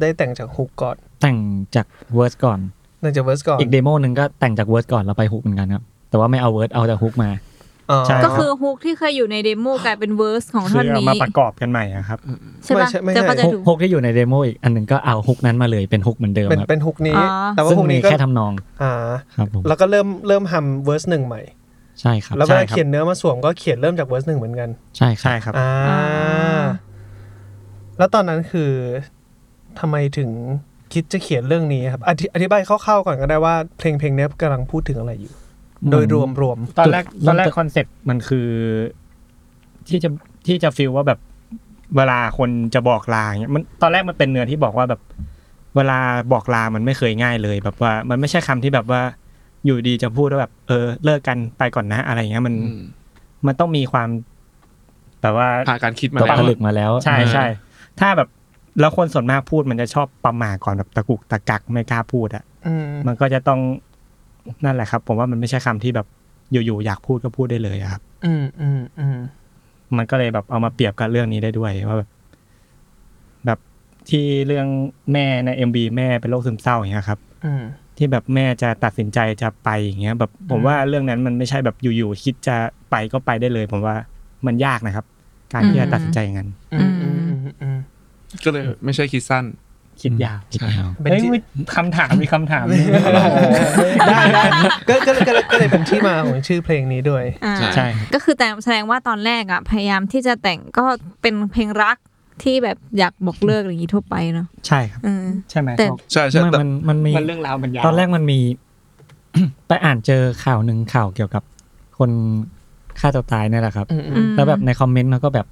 [SPEAKER 3] ได้แต่งจากฮุกก่อน
[SPEAKER 6] แต่งจากเวอร์สก่อน
[SPEAKER 3] น่าจะเวอร์สก่อน
[SPEAKER 6] อีกเดโมหนึ่งก็แต่งจากเวอร์สก่อนเราไปฮุกเหมือนกันครับ แต่ว่าไม่เอาเวอร์สเอาแต่ฮุกมา
[SPEAKER 3] อ๋อ
[SPEAKER 7] ใช่
[SPEAKER 2] ก็คือฮุกที่เคยอยู่ในเดโมกลายเป็นเวอร์สของ
[SPEAKER 7] คื
[SPEAKER 2] ท่อน
[SPEAKER 7] อเอา
[SPEAKER 2] นี้
[SPEAKER 7] มาประกอบกันใหม่อะครับ
[SPEAKER 2] ใช่ปะ
[SPEAKER 3] ไม่
[SPEAKER 2] จะ
[SPEAKER 3] ใช่
[SPEAKER 2] เข้าใจ
[SPEAKER 3] ไม่
[SPEAKER 6] ฮุก
[SPEAKER 2] ถูก
[SPEAKER 6] ฮุกที่อยู่ในเดโมอีกอันหนึ่งก็เอาฮุกนั้นมาเลยเป็นฮุกเหมือนเดิม
[SPEAKER 3] เป็น
[SPEAKER 6] ครับ
[SPEAKER 3] เป็นฮุกนี้
[SPEAKER 2] อ๋อ
[SPEAKER 3] แต่ว่า
[SPEAKER 6] ซึ่ง
[SPEAKER 3] ฮุก
[SPEAKER 6] มี
[SPEAKER 3] นี้ก็
[SPEAKER 6] แค่ทำนอง
[SPEAKER 3] อ่า
[SPEAKER 6] ครับผม
[SPEAKER 3] แล้วก็เริ่มเริ่มฮัมเวอร์สหนึ่งใหม่
[SPEAKER 6] ใช่ครับ
[SPEAKER 3] แล้วเวลา
[SPEAKER 7] ใช่ครับ
[SPEAKER 3] เขียนเนื้อมาสวมก็เขียนเริ่มจากเวอร์สหนึ่งเหมือนกัน
[SPEAKER 6] ใช่ครั
[SPEAKER 7] ใช่
[SPEAKER 6] บ
[SPEAKER 7] ครับ
[SPEAKER 3] อ่า
[SPEAKER 2] อ่า
[SPEAKER 3] แล้วตอนนั้นคือทำไมถึงคิดจะเขียนเรื่องนี้ครับอธิอธิบายคร่าวๆก่อนก็ได้ว่าเพลงเพลงเนี้ยกำลังพูดถึงอะไรอยู่ โดยรวมรวม
[SPEAKER 7] ตอนแรก
[SPEAKER 6] จุด
[SPEAKER 7] ตอนแรก
[SPEAKER 6] เริ่มต้น
[SPEAKER 7] คอนเซ็ปต์มันคือที่จะที่จะฟีลว่าแบบเวลาคนจะบอกลาอย่างเงี้ยมันตอนแรกมันเป็นเนื้อที่บอกว่าแบบ เวลาบอกลามันไม่เคยง่ายเลย แบบว่า มันไม่ใช่คำที่แบบว่าอยู่ดีจะพูดว่าแบบ เออ เลิกกันไปก่อนนะอะไรอย่างเงี้ยมัน
[SPEAKER 4] อืม
[SPEAKER 7] มันต้องมีความแบบว่า
[SPEAKER 4] ผ่านการคิดมา
[SPEAKER 6] ตก
[SPEAKER 4] แล้ว
[SPEAKER 6] ผลึกมาแล้ว
[SPEAKER 7] ใช่ใช่ถ้าแบบแล้วคนส่วนมากพูดมันจะชอบประหมาก่อนแบบตะกุกตะกักไม่กล้าพูดอ่ะ
[SPEAKER 3] อืม
[SPEAKER 7] มันก็จะต้องนั่นแหละครับ ผมว่ามันไม่ใช่คำที่แบบอยู่ๆอยากพูดก็พูดได้เลยอะครับ
[SPEAKER 3] อืมอืมอืม
[SPEAKER 7] มันก็เลยแบบเอามาเปรียบกับเรื่องนี้ได้ด้วยว่าแบบแบบที่เรื่องแม่ในเอ็มบีแม่เป็นโรคซึมเศร้าอย่างเงี้ยครับ
[SPEAKER 3] อืม
[SPEAKER 7] ที่แบบแม่จะตัดสินใจจะไปอย่างเงี้ย แบบผมว่าเรื่องนั้นมันไม่ใช่แบบอยู่ๆคิดจะไปก็ไปได้เลย ผมว่ามันยากนะครับ การที่จะตัดสินใจอย่างนั้น
[SPEAKER 3] อืมอืมอืมอืม
[SPEAKER 4] ก็เลยไม่ใช่คิดสั้น
[SPEAKER 7] คิดยาก
[SPEAKER 6] ใช่ครับ
[SPEAKER 3] เป็น
[SPEAKER 7] เฮ้ย
[SPEAKER 3] ที่
[SPEAKER 7] มีคำถามมีคำถ *laughs* าม
[SPEAKER 3] ได้ได้ก็ก็ก็ก็เลยเป็นที่มาของชื่อเพลงนี้ด้วย
[SPEAKER 2] อ่า
[SPEAKER 4] ใช่
[SPEAKER 7] ใช่ครับ
[SPEAKER 2] ก็คือแต่แสดงว่าตอนแรกอ่ะพยายามที่จะแต่งก็เป็นเพลงรักที่แบบอยากบอกเลิกอะไรอย่างนี้ทั่วไปเนาะ
[SPEAKER 7] ใช่ครับ
[SPEAKER 2] อืม
[SPEAKER 7] ใช่ไหม
[SPEAKER 2] แต่
[SPEAKER 4] ใช่ใช่
[SPEAKER 6] มัน
[SPEAKER 4] แต่
[SPEAKER 6] มันมันมี
[SPEAKER 7] มันเรื่องราวมันยาว
[SPEAKER 6] ตอนแรกมันมี *coughs* ไปอ่านเจอข่าวหนึ่งข่าวเกี่ยวกับคนฆ่าตัวตายเนี่ยแหละครับ
[SPEAKER 3] อืมอื
[SPEAKER 2] อื
[SPEAKER 3] ม
[SPEAKER 2] ม
[SPEAKER 6] แล้วแบบในคอมเมนต์เขาก็แบบ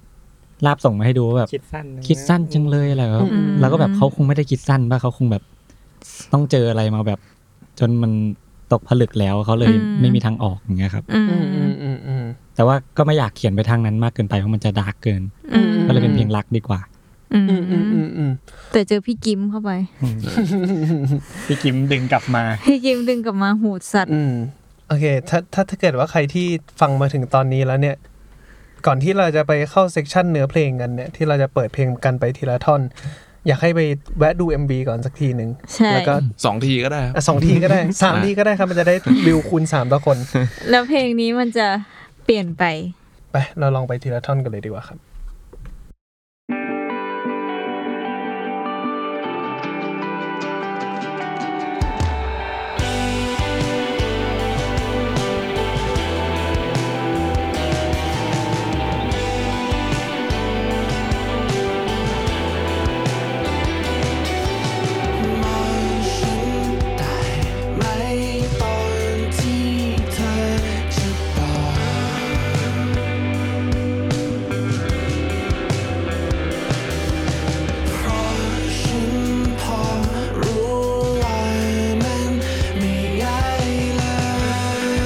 [SPEAKER 6] ลาบส่งมาให้ดูว่าแบบ
[SPEAKER 7] คิดสั้น
[SPEAKER 6] คิดสั้นจังเลยอะไรแบบ
[SPEAKER 3] อืม
[SPEAKER 6] แล้วก็แบบเขาคงไม่ได้คิดสั้นป่ะเขาคงแบบ ต้องเจออะไรมาแบบ จนมันตกผลึกแล้วเขาเลย
[SPEAKER 2] อืม
[SPEAKER 6] ไม่มีทางออกอย่างเงี้ยครับ
[SPEAKER 2] อืม
[SPEAKER 3] อืมอืมอืมอืม
[SPEAKER 6] แต่ว่าก็ไม่อยากเขียนไปทางนั้นมากเกินไปเพราะมันจะดาร์กเกิน
[SPEAKER 2] อืม
[SPEAKER 6] ก็เลยเป็นเพลงรักดีกว่า
[SPEAKER 2] อืม
[SPEAKER 3] อืมอืมอืมอืม
[SPEAKER 2] แต่เจอพี่กิมเข้าไป
[SPEAKER 7] พี่กิมดึงกลับมา
[SPEAKER 2] พี่กิมดึงกลับมาหูดสัตว์
[SPEAKER 3] อืมโอเค ถ้าถ้าถ้าเกิดว่าใครที่ฟังมาถึงตอนนี้แล้วเนี่ย ก่อนที่เราจะไปเข้าเซกชันเนื้อเพลงกันเนี่ย ที่เราจะเปิดเพลงกันไปทีละท่อน อยากให้ไปแวะดู MV ก่อนสักทีหนึ่ง
[SPEAKER 2] ใช่
[SPEAKER 3] แล้วก็
[SPEAKER 4] สองทีก็ได้ครับ
[SPEAKER 3] *laughs* อ่ะสองทีก็ได้สามทีก็ได้ครับมันจะได้วิวคูณสามต่อคน
[SPEAKER 2] แล้วเพลงนี้มันจะเปลี่ยนไป
[SPEAKER 3] ไปเราลองไปทีละท่อนกันเลยดีกว่าครับ
[SPEAKER 8] มองฉันได้ไหมตอนที่เธอจะบอกเพราะฉันพอรู้ว่ามันไม่ง่ายเลย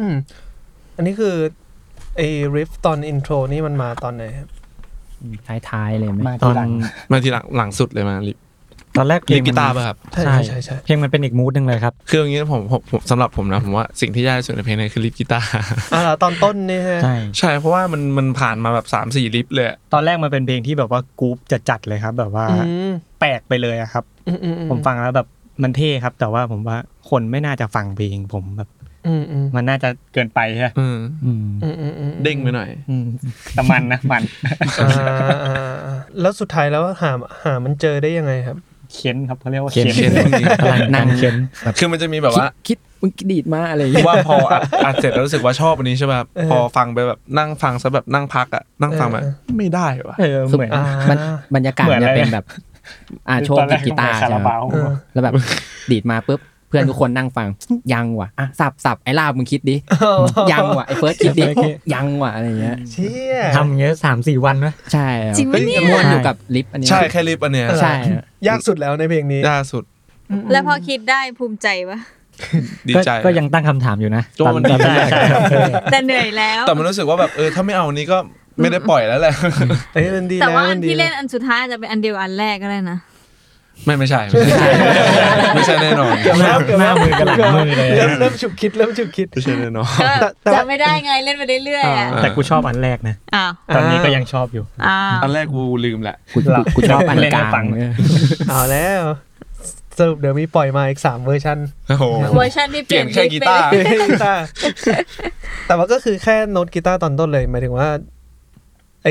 [SPEAKER 3] อืม อันนี้คือไอ้ริฟตอนอินโทรนี่มันมาตอนไหนครับ
[SPEAKER 5] ท้ายๆเลยไหม
[SPEAKER 7] ตอน
[SPEAKER 4] มาทีหลังหลังสุดเลยมาลิป
[SPEAKER 7] ตอนแรกเพล
[SPEAKER 4] ลิป
[SPEAKER 7] งมัน
[SPEAKER 4] กีตาร์ป่ะครับ
[SPEAKER 3] ใช่ใช่ใช่ใช่
[SPEAKER 7] เพลงมันเป็นอีกมูดหนึ่งเลยครับ
[SPEAKER 4] คืออย่างนี้ผมผมผมสำหรับผมนะผมว่าสิ่งที่ยากที่สุดในเพลงนี้คือลิปกีตาร์
[SPEAKER 3] อ่าตอนต้นนี่ฮะ
[SPEAKER 7] ใช่
[SPEAKER 4] ใช่เพราะว่ามันมันผ่านมาแบบสามสี่ลิปเลยอะ
[SPEAKER 7] ตอนแรกมันเป็นเพลงที่แบบว่ากรุ๊ปจะจัดเลยครับ แบบว่า
[SPEAKER 3] อืม
[SPEAKER 7] แปลกไปเลยอะครับ
[SPEAKER 3] อืมอือื
[SPEAKER 7] ผมฟังแล้วแบบมันเท่ครับ แต่ว่าผมว่าคนไม่น่าจะฟังเพลงผมแบบ
[SPEAKER 3] อืมอืม
[SPEAKER 7] มันน่าจะเกินไปใช่ไหม
[SPEAKER 4] อืม
[SPEAKER 7] อืม
[SPEAKER 3] อืมอืมอืม
[SPEAKER 4] เด้งไปหน่อย
[SPEAKER 7] อืมแต่มันนะมัน
[SPEAKER 3] อ่าอ่าอ่าแล้วสุดท้ายแล้วหาหามันเจอได้ยังไงครับ
[SPEAKER 7] เค้นครับเขาเรียกว่า
[SPEAKER 5] เค้น
[SPEAKER 7] เค้น
[SPEAKER 4] เค้น
[SPEAKER 7] พลัง
[SPEAKER 5] นั่
[SPEAKER 7] นั่
[SPEAKER 5] ง
[SPEAKER 7] ง
[SPEAKER 5] เขี
[SPEAKER 7] เค้
[SPEAKER 5] ยน
[SPEAKER 7] น
[SPEAKER 5] แบบ
[SPEAKER 4] คือมันจะมีแบบว่า
[SPEAKER 5] คิดมึงกดีดมาอะไรอย่าง
[SPEAKER 4] เพ
[SPEAKER 5] เงี้ย
[SPEAKER 4] ราะว่าพออัดอัดเสร็จแล้วรู้สึกว่าชอบอันนี้ใช่ไหมครับ
[SPEAKER 3] เออ
[SPEAKER 4] พอฟังไปแบบนั่งฟังซะแบบนั่งพักอะนั่งฟังแบบไม่ได้วะ
[SPEAKER 7] เออเหมือน
[SPEAKER 3] อ่า
[SPEAKER 5] มันบรรยากาศ
[SPEAKER 7] เหมือน
[SPEAKER 5] จะ
[SPEAKER 7] อะไร
[SPEAKER 5] เป็นแบบ อ่าโชว์กีตาร์
[SPEAKER 7] คา
[SPEAKER 5] ใช่
[SPEAKER 7] รา
[SPEAKER 5] ไหม
[SPEAKER 7] บาว
[SPEAKER 3] เออ
[SPEAKER 5] แล้วแบบดีดมาปุ๊บเพื่อนทุกคนนั่งฟังยังว่ะอ่ะสับสับไอ้ลาบมึง
[SPEAKER 7] *laughs*
[SPEAKER 5] คิดดิยังว่ะไอ้เฟิร์สคิดดิยังว่ะอะไรอย่างเงี้ย
[SPEAKER 3] เชี่ย
[SPEAKER 7] ทำอย่างเงี้ยสามสี่วันนะ
[SPEAKER 5] ใช่ครับ
[SPEAKER 2] จริงปะเนี่ย
[SPEAKER 5] ม้วนอยู่กับลิฟต์อันเนี้ย
[SPEAKER 4] ใช่แค่ลิปอันเนี้ย
[SPEAKER 3] เออ
[SPEAKER 5] ใช่
[SPEAKER 3] ยากสุดแล้วในเพลงนี้
[SPEAKER 4] ล่าสุด
[SPEAKER 2] แล้วพอคิดได้ภูมิใจปะ
[SPEAKER 4] ดี
[SPEAKER 7] ก็
[SPEAKER 4] ใจ
[SPEAKER 7] ก็ยังตั้งคำถามอยู่นะ
[SPEAKER 4] ก็มันดี
[SPEAKER 7] ใช่ใช่ใช่
[SPEAKER 2] แต่เหนื่อยแล้ว
[SPEAKER 4] แต่มันรู้สึกว่าแบบเออถ้าไม่เอาอันนี้ก็ไม่ได้ปล่อยแล้วแหละ
[SPEAKER 3] เอ้ยมันดี
[SPEAKER 2] แต่
[SPEAKER 3] แล้ว
[SPEAKER 2] ว่าอั
[SPEAKER 3] มันนดี
[SPEAKER 2] ที่เล่น
[SPEAKER 3] แล้ว
[SPEAKER 2] อันสุดท้ายอาจจะเป็นอันเดียวอันแรกก็ได้นะ
[SPEAKER 4] ไม่ไม่ใช่ ไม่ใช่ไม่ใช่แน่นอน
[SPEAKER 3] เกือบแล้วเกือบ
[SPEAKER 7] ห
[SPEAKER 3] แล้ว
[SPEAKER 7] น้ามือกับหลังมือเลย
[SPEAKER 3] เริ่มเริ่มฉุกคิดเริ่มฉุกคิด
[SPEAKER 4] ไม่ใช่แน่นอน
[SPEAKER 2] ก็
[SPEAKER 3] แต่แต่ว่า
[SPEAKER 2] จะไม่ได้ไงเล่นไปเรื่อยๆอะ
[SPEAKER 7] แต่กูชอบอันแรกนะ
[SPEAKER 2] อ้าว
[SPEAKER 7] ตอนนี้ก็ยังชอบอยู่
[SPEAKER 2] อ้าว
[SPEAKER 4] อันแรกกูลืมแหละ
[SPEAKER 5] กูกูกูชอบอันกลาง
[SPEAKER 7] เล่นให้ฟัง
[SPEAKER 5] เออ
[SPEAKER 3] เอาแล้วสรุปเดี๋ยวมีปล่อยมาอีกสามเวอร์ชัน
[SPEAKER 4] โอ้โห
[SPEAKER 2] เวอร์ชันที่เปลี่ยน
[SPEAKER 4] เปลี่ยนแค่กีตาร์
[SPEAKER 2] ลิปไปเอย
[SPEAKER 3] กี
[SPEAKER 2] *laughs*
[SPEAKER 3] ตาร์แต่ว่าก็คือแค่โน้ตกีตาร์ตอนต้นเลยหมายถึงว่าไอ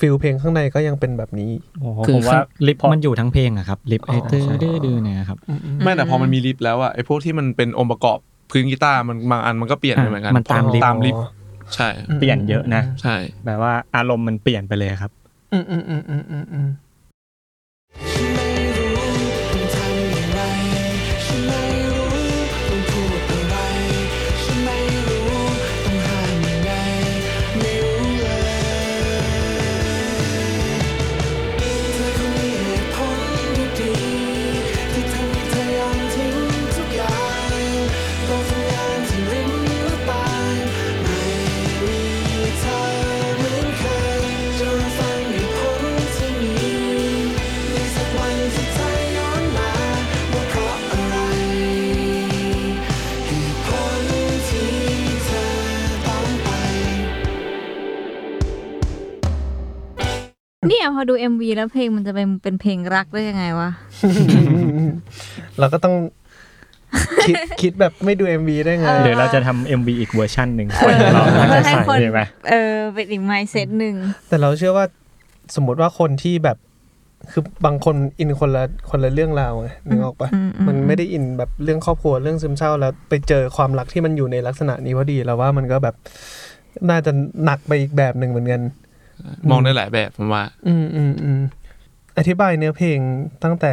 [SPEAKER 3] ฟิลเพลงข้างในก็ยังเป็นแบบนี้
[SPEAKER 7] โอ้โหผมว่าลิปมันอยู่ทั้งเพลงอะครับ ลิปไอ้ตื้อดื้อดื้อเนี่ยครับ
[SPEAKER 4] ไม่แต่พอมันมีลิฟต์แล้วอะไอ้พวกที่มันเป็นองค์ประกอบพื้นกีตาร์มันบางอันมันก็เปลี่ยนไปเหมือนกัน
[SPEAKER 7] มันตามลิป
[SPEAKER 4] ตามลิฟต์ใช่
[SPEAKER 3] อืม
[SPEAKER 7] เปลี่ยนเยอะนะ
[SPEAKER 4] ใช่
[SPEAKER 7] แบบว่าอารมณ์มันเปลี่ยนไปเลยครับ
[SPEAKER 3] อืมอืมอืมอืมอืมอืม
[SPEAKER 8] ฉันไม่รู้ต้องทำอย่างไร ฉันไม่รู้ต้องพูดอะไร ฉันไม่รู้ต้องห้ามยังไง ไม่รู้เลย เธอคงมีเหตุผลดีๆที่ทำให้เธอยอมทิ้งทุกอย่างบอกสัญญาณที่ริมหรือปานไม่มีเธอเหมือนเคยจนฟังเหตุผลที่มี ในสักวันที่เธอย้อนมาว่าเพราะอะไรเหตุผลที่เธอต้องไป
[SPEAKER 2] เนี่ยพอดู MV แล้วเพลงมันจะเป็นเป็นเพลงรักได้ยังไงวะ
[SPEAKER 3] *laughs* เราก็ต้องคิด คิดแบบไม่ดู MV ได้ไง
[SPEAKER 2] เออ
[SPEAKER 7] เดี๋ยวเราจะทำ MV อีกเวอร์ชันหนึ่ง
[SPEAKER 2] เออ
[SPEAKER 7] เราจะ
[SPEAKER 2] ให้
[SPEAKER 7] ใส่
[SPEAKER 2] คน
[SPEAKER 7] ใช่ไหม
[SPEAKER 2] เออเป็นอีกไมเซ็ตหนึ่ง
[SPEAKER 3] แต่เราเชื่อว่าสมมติว่าคนที่แบบ คือบางคนอินคนละคนละเรื่องราวไงนึกออกปะ
[SPEAKER 2] อืมอืม
[SPEAKER 3] มันไม่ได้อินแบบเรื่องครอบครัวเรื่องซึมเศร้าแล้วไปเจอความรักที่มันอยู่ในลักษณะนี้พอดีเราว่ามันก็แบบน่าจะหนักไปอีกแบบหนึ่งเหมือนกัน
[SPEAKER 4] มองได้หลายแบบผมว่า
[SPEAKER 3] อืมอืมอืมอธิบายเนื้อเพลงตั้งแต่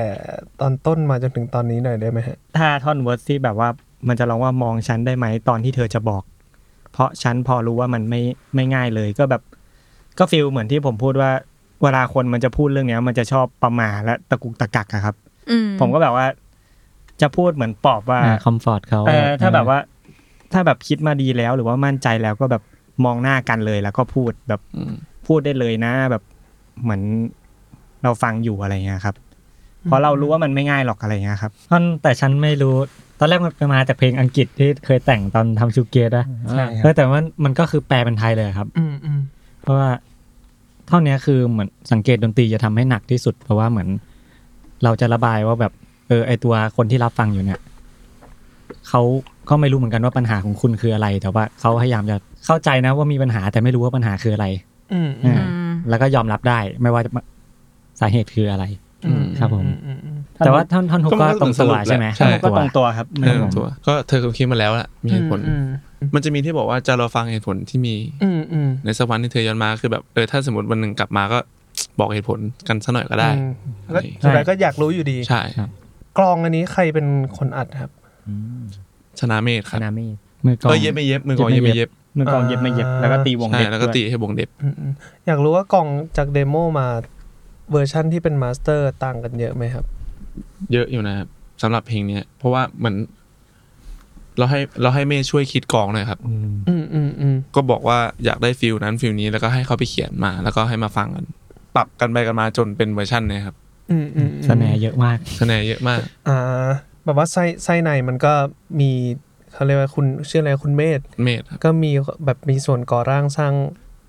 [SPEAKER 3] ตอนต้นมาจนถึงตอนนี้หน่อยได้ไหมฮะ
[SPEAKER 7] ถ้าท่อนเวิร์สที่แบบว่ามันจะร้องว่ามองฉันได้ไหมตอนที่เธอจะบอก เพราะฉันพอรู้ว่ามันไม่ไม่ง่ายเลย ก็แบบ ก็ฟีลเหมือนที่ผมพูดว่าเวลาคนมันจะพูดเรื่องเนี้ย มันจะชอบประมาทและตะกุกตะกักอะครับ
[SPEAKER 2] อืม
[SPEAKER 7] ผมก็แบบว่า จะพูดเหมือนปอบว่า
[SPEAKER 5] คอมฟอร์ตเขา
[SPEAKER 7] เออถ้าแบบว่า ถ้าแบบคิดมาดีแล้ว หรือว่ามั่นใจแล้วก็แบบมองหน้ากันเลยแล้วก็พูดแบบ
[SPEAKER 4] อืม
[SPEAKER 7] พูดได้เลยนะ แบบเหมือนเราฟังอยู่อะไรเงี้ยครับ เพราะเรารู้ว่ามันไม่ง่ายหรอกอะไรเงี้ยครับ
[SPEAKER 9] ท่อนแต่ฉันไม่รู้
[SPEAKER 6] ตอนแรกมันมาจากเพลงอังกฤษที่เคยแต่งตอนทำชูเกต
[SPEAKER 7] *laughs*
[SPEAKER 6] นะ
[SPEAKER 3] ใช่ค
[SPEAKER 6] เอ
[SPEAKER 3] รับ
[SPEAKER 6] อแต่ว่ามันก็คือแปลเป็นไทยเลยครับ
[SPEAKER 4] อืมอืม
[SPEAKER 6] เพราะว่าเท่าเนี้ยคือเหมือนสังเกตดนตรีจะทำให้หนักที่สุด เพราะว่าเหมือน เราจะระบายว่าแบบ เออไอตัวคนที่รับฟังอยู่เนี่ยเขาก็ไม่รู้เหมือนกันว่าปัญหาของคุณคืออะไร แต่ว่าเขาพยายามจะเข้าใจนะว่ามีปัญหาแต่ไม่รู้ว่าปัญหาคืออะไร
[SPEAKER 4] อืม
[SPEAKER 6] อ่า แล้วก็ยอมรับได้ ไม่ว่าจะสาเหตุคืออะไร
[SPEAKER 4] อืม
[SPEAKER 6] ครับผม
[SPEAKER 4] อือืม
[SPEAKER 6] แต่ว่าท่อนท่อนฮุกก็ตรงตัวใช่ไหม
[SPEAKER 4] ใช่
[SPEAKER 6] ต
[SPEAKER 7] ก็
[SPEAKER 6] รง
[SPEAKER 7] ต
[SPEAKER 6] ตั
[SPEAKER 7] ร
[SPEAKER 6] ว
[SPEAKER 7] งตัวครับ
[SPEAKER 4] เออตัวก็เธอคงคิดมาแล้วล่ะมีเหตุผล
[SPEAKER 3] อืม
[SPEAKER 4] มันจะมีที่บอกว่าจะรอฟังเหตุผลที่มี
[SPEAKER 3] อืมอืม
[SPEAKER 4] ในสักวันที่เธอย้อนมาคือแบบเออถ้าสมมติวันหนึ่งกลับมาก็บอกเหตุผลกันสักหน่อยก็ได้
[SPEAKER 3] อืมแล้วสุดท้ายก็อยากรู้อยู่ดี
[SPEAKER 4] ใช่
[SPEAKER 3] กลองอันนี้ใครเป็นคนอัดครับ
[SPEAKER 4] ชนะเมธครับ
[SPEAKER 5] นามี
[SPEAKER 6] มือกลอง
[SPEAKER 4] เออเย็บไม่เย็บมือกลองเย็บไม่เย็บ
[SPEAKER 6] มือกลองเย็บไม่เย็บ แล้วก็ตีวง
[SPEAKER 4] ใช่
[SPEAKER 6] เย็บ
[SPEAKER 4] แล้วก็ตีให้วงเด็บ
[SPEAKER 3] อืมอืมอยากรู้ว่ากลองจากเดโมมาเวอร์ชั่นที่เป็นมาสเตอร์ต่างกันเยอะไหมครับ
[SPEAKER 4] เยอะอยู่นะครับสำหรับเพลงเนี้ย เพราะว่าเหมือนเราให้เราให้เมย์ช่วยคิดกลองหน่อยครับ
[SPEAKER 3] อืมอืมอืม
[SPEAKER 4] ก็บอกว่าอยากได้ฟิลนั้นฟิลนี้แล้วก็ให้เขาไปเขียนมา แล้วก็ให้มาฟังกัน ปรับกันไปกันมาจนเป็นเวอร์ชันเนี่ยครับ
[SPEAKER 3] อืมอืม
[SPEAKER 6] สแนร์เยอะมาก
[SPEAKER 4] คะแนนเยอะมาก
[SPEAKER 3] อ่า แบบว่าไส้ไส้ในมันก็มีเขาเรียกว่าคุณชื่ออะไรคุณเมธ
[SPEAKER 4] เมธครับ
[SPEAKER 3] ก็มีแบบมีส่วนก่อร่างสร้าง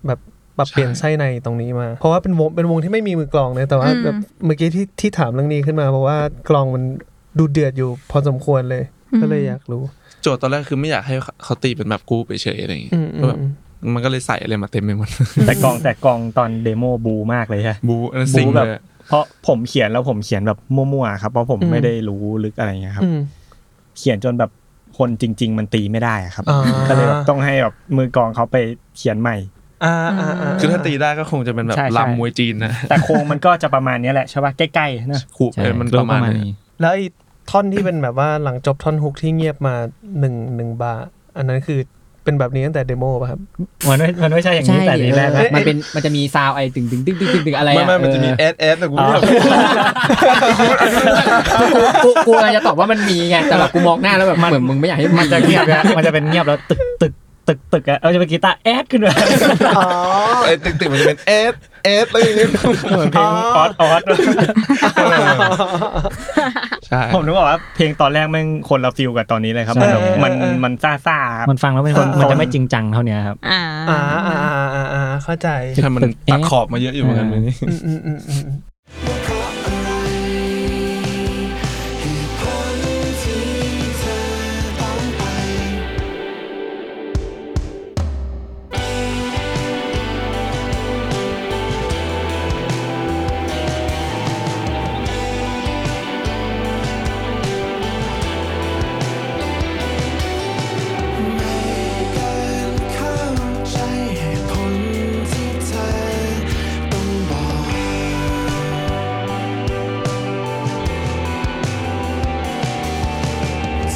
[SPEAKER 3] แบบปรับเปลี่ยนไส้ในตรงนี้มา เพราะว่าเป็นวงเป็นวงที่ไม่มีมือกลองนะแต่ว่า
[SPEAKER 2] อืม
[SPEAKER 3] แบบเมื่อกี้ที่ที่ถามเรื่องนี้ขึ้นมาเพราะว่ากลองมันดูเดือดอยู่พอสมควรเลย ก็เลยอยากรู้
[SPEAKER 4] โจทย์ตอนแรกคือไม่อยากให้เขาตีเป็นแบบกรุ๊ปเฉยๆอะไรอย่างเงี้ยก็แบบมันก็เลยใส่อะไรมาเต็มไปหมด *laughs*
[SPEAKER 7] แต่กลองแต่กลองตอนเดโมบูมากเลยฮะ
[SPEAKER 4] บูอันนั้นซิง
[SPEAKER 7] บู๊
[SPEAKER 4] เล
[SPEAKER 7] แบบ
[SPEAKER 4] ยอะ
[SPEAKER 7] เพราะผมเขียนแล้วผมเขียนแบบมั่วๆครับเพราะผมไม่ได้รู้ลึกอะไรเงี้ยครับ เขียนจนแบบคนจริง ๆ มันตีไม่ได้อะครับ
[SPEAKER 3] อ่า
[SPEAKER 7] ก็เลยแบบต้องให้แบบมือกลองเขาไปเขียนใหม่
[SPEAKER 3] อ่าอ่าอ่า
[SPEAKER 4] คือถ้าตีได้ก็คงจะเป็นแบบ
[SPEAKER 7] ใช่ใช่
[SPEAKER 4] ลำมวยจีนนะ
[SPEAKER 7] แต่โครงมันก็จะประมาณเนี้ยแหละใช่ป่ะใกล้ๆนะ
[SPEAKER 4] ขู่เออมันประมาณนี้
[SPEAKER 3] แล้วไอ้ท่อนที่เป็นแบบว่าหลังจบท่อนฮุกที่เงียบมาหนึ่งหนึ่งบาร์อันนั้นคือเป็นแบบนี้ตั้งแต่เดโมป่ะครับ
[SPEAKER 7] มันไม่มันไม่ใช่อย่างนี้แต่นี้แรกนะ
[SPEAKER 5] มันเป็นมันจะมีซาวไอ้ตึงตึงตึงตึงตึงตึงอะไร
[SPEAKER 4] ไม่
[SPEAKER 5] อะ
[SPEAKER 4] ไม่มันจะมี
[SPEAKER 5] เอ
[SPEAKER 4] แอ
[SPEAKER 5] อ
[SPEAKER 4] ดแอดแต่กูไม่อยาก
[SPEAKER 5] กูกูอะไรจะตอบว่ามันมีไงแต่แบบกูมองหน้าแล้วแบบเหมือนมึงไม่อยากให้
[SPEAKER 7] มันจะ *laughs* เงียบนะมันจะเป็นเงียบแล้วตึกตึกตึกตึกอะเอาจะเป็นกีตาร์แอดขึ้นมา
[SPEAKER 3] อ๋อ
[SPEAKER 4] ไอ้ตึกๆมันจะเป็นแอดแอดอะไรอย่างเงี้ย
[SPEAKER 7] เหมือนเพลงออดออด *laughs*
[SPEAKER 4] ใช่
[SPEAKER 7] ผมนึกว่าเพลงตอนแรกแม่งคนละฟิลกับตอนนี้เลยครับ
[SPEAKER 6] ใช่
[SPEAKER 7] มันมันซ่าซ่าๆครับ
[SPEAKER 6] มันฟังแล้วมัน
[SPEAKER 3] อ่ามั
[SPEAKER 6] มันจะไม่จริงจังเท่าเนี้ยครับ
[SPEAKER 2] อ่า
[SPEAKER 3] อ่าอ่าอ่าอ่าเข้าใจ
[SPEAKER 4] ใช่มันตัดขอบมาเยอะอยู่เหมือนกันเลยนี่
[SPEAKER 3] อืมอืมอืมอืม
[SPEAKER 8] เพราะอะไรเหตุผลที่เธอต้องไป ไม่เกินเข้าใจเหตุผลที่เธอต้องบอก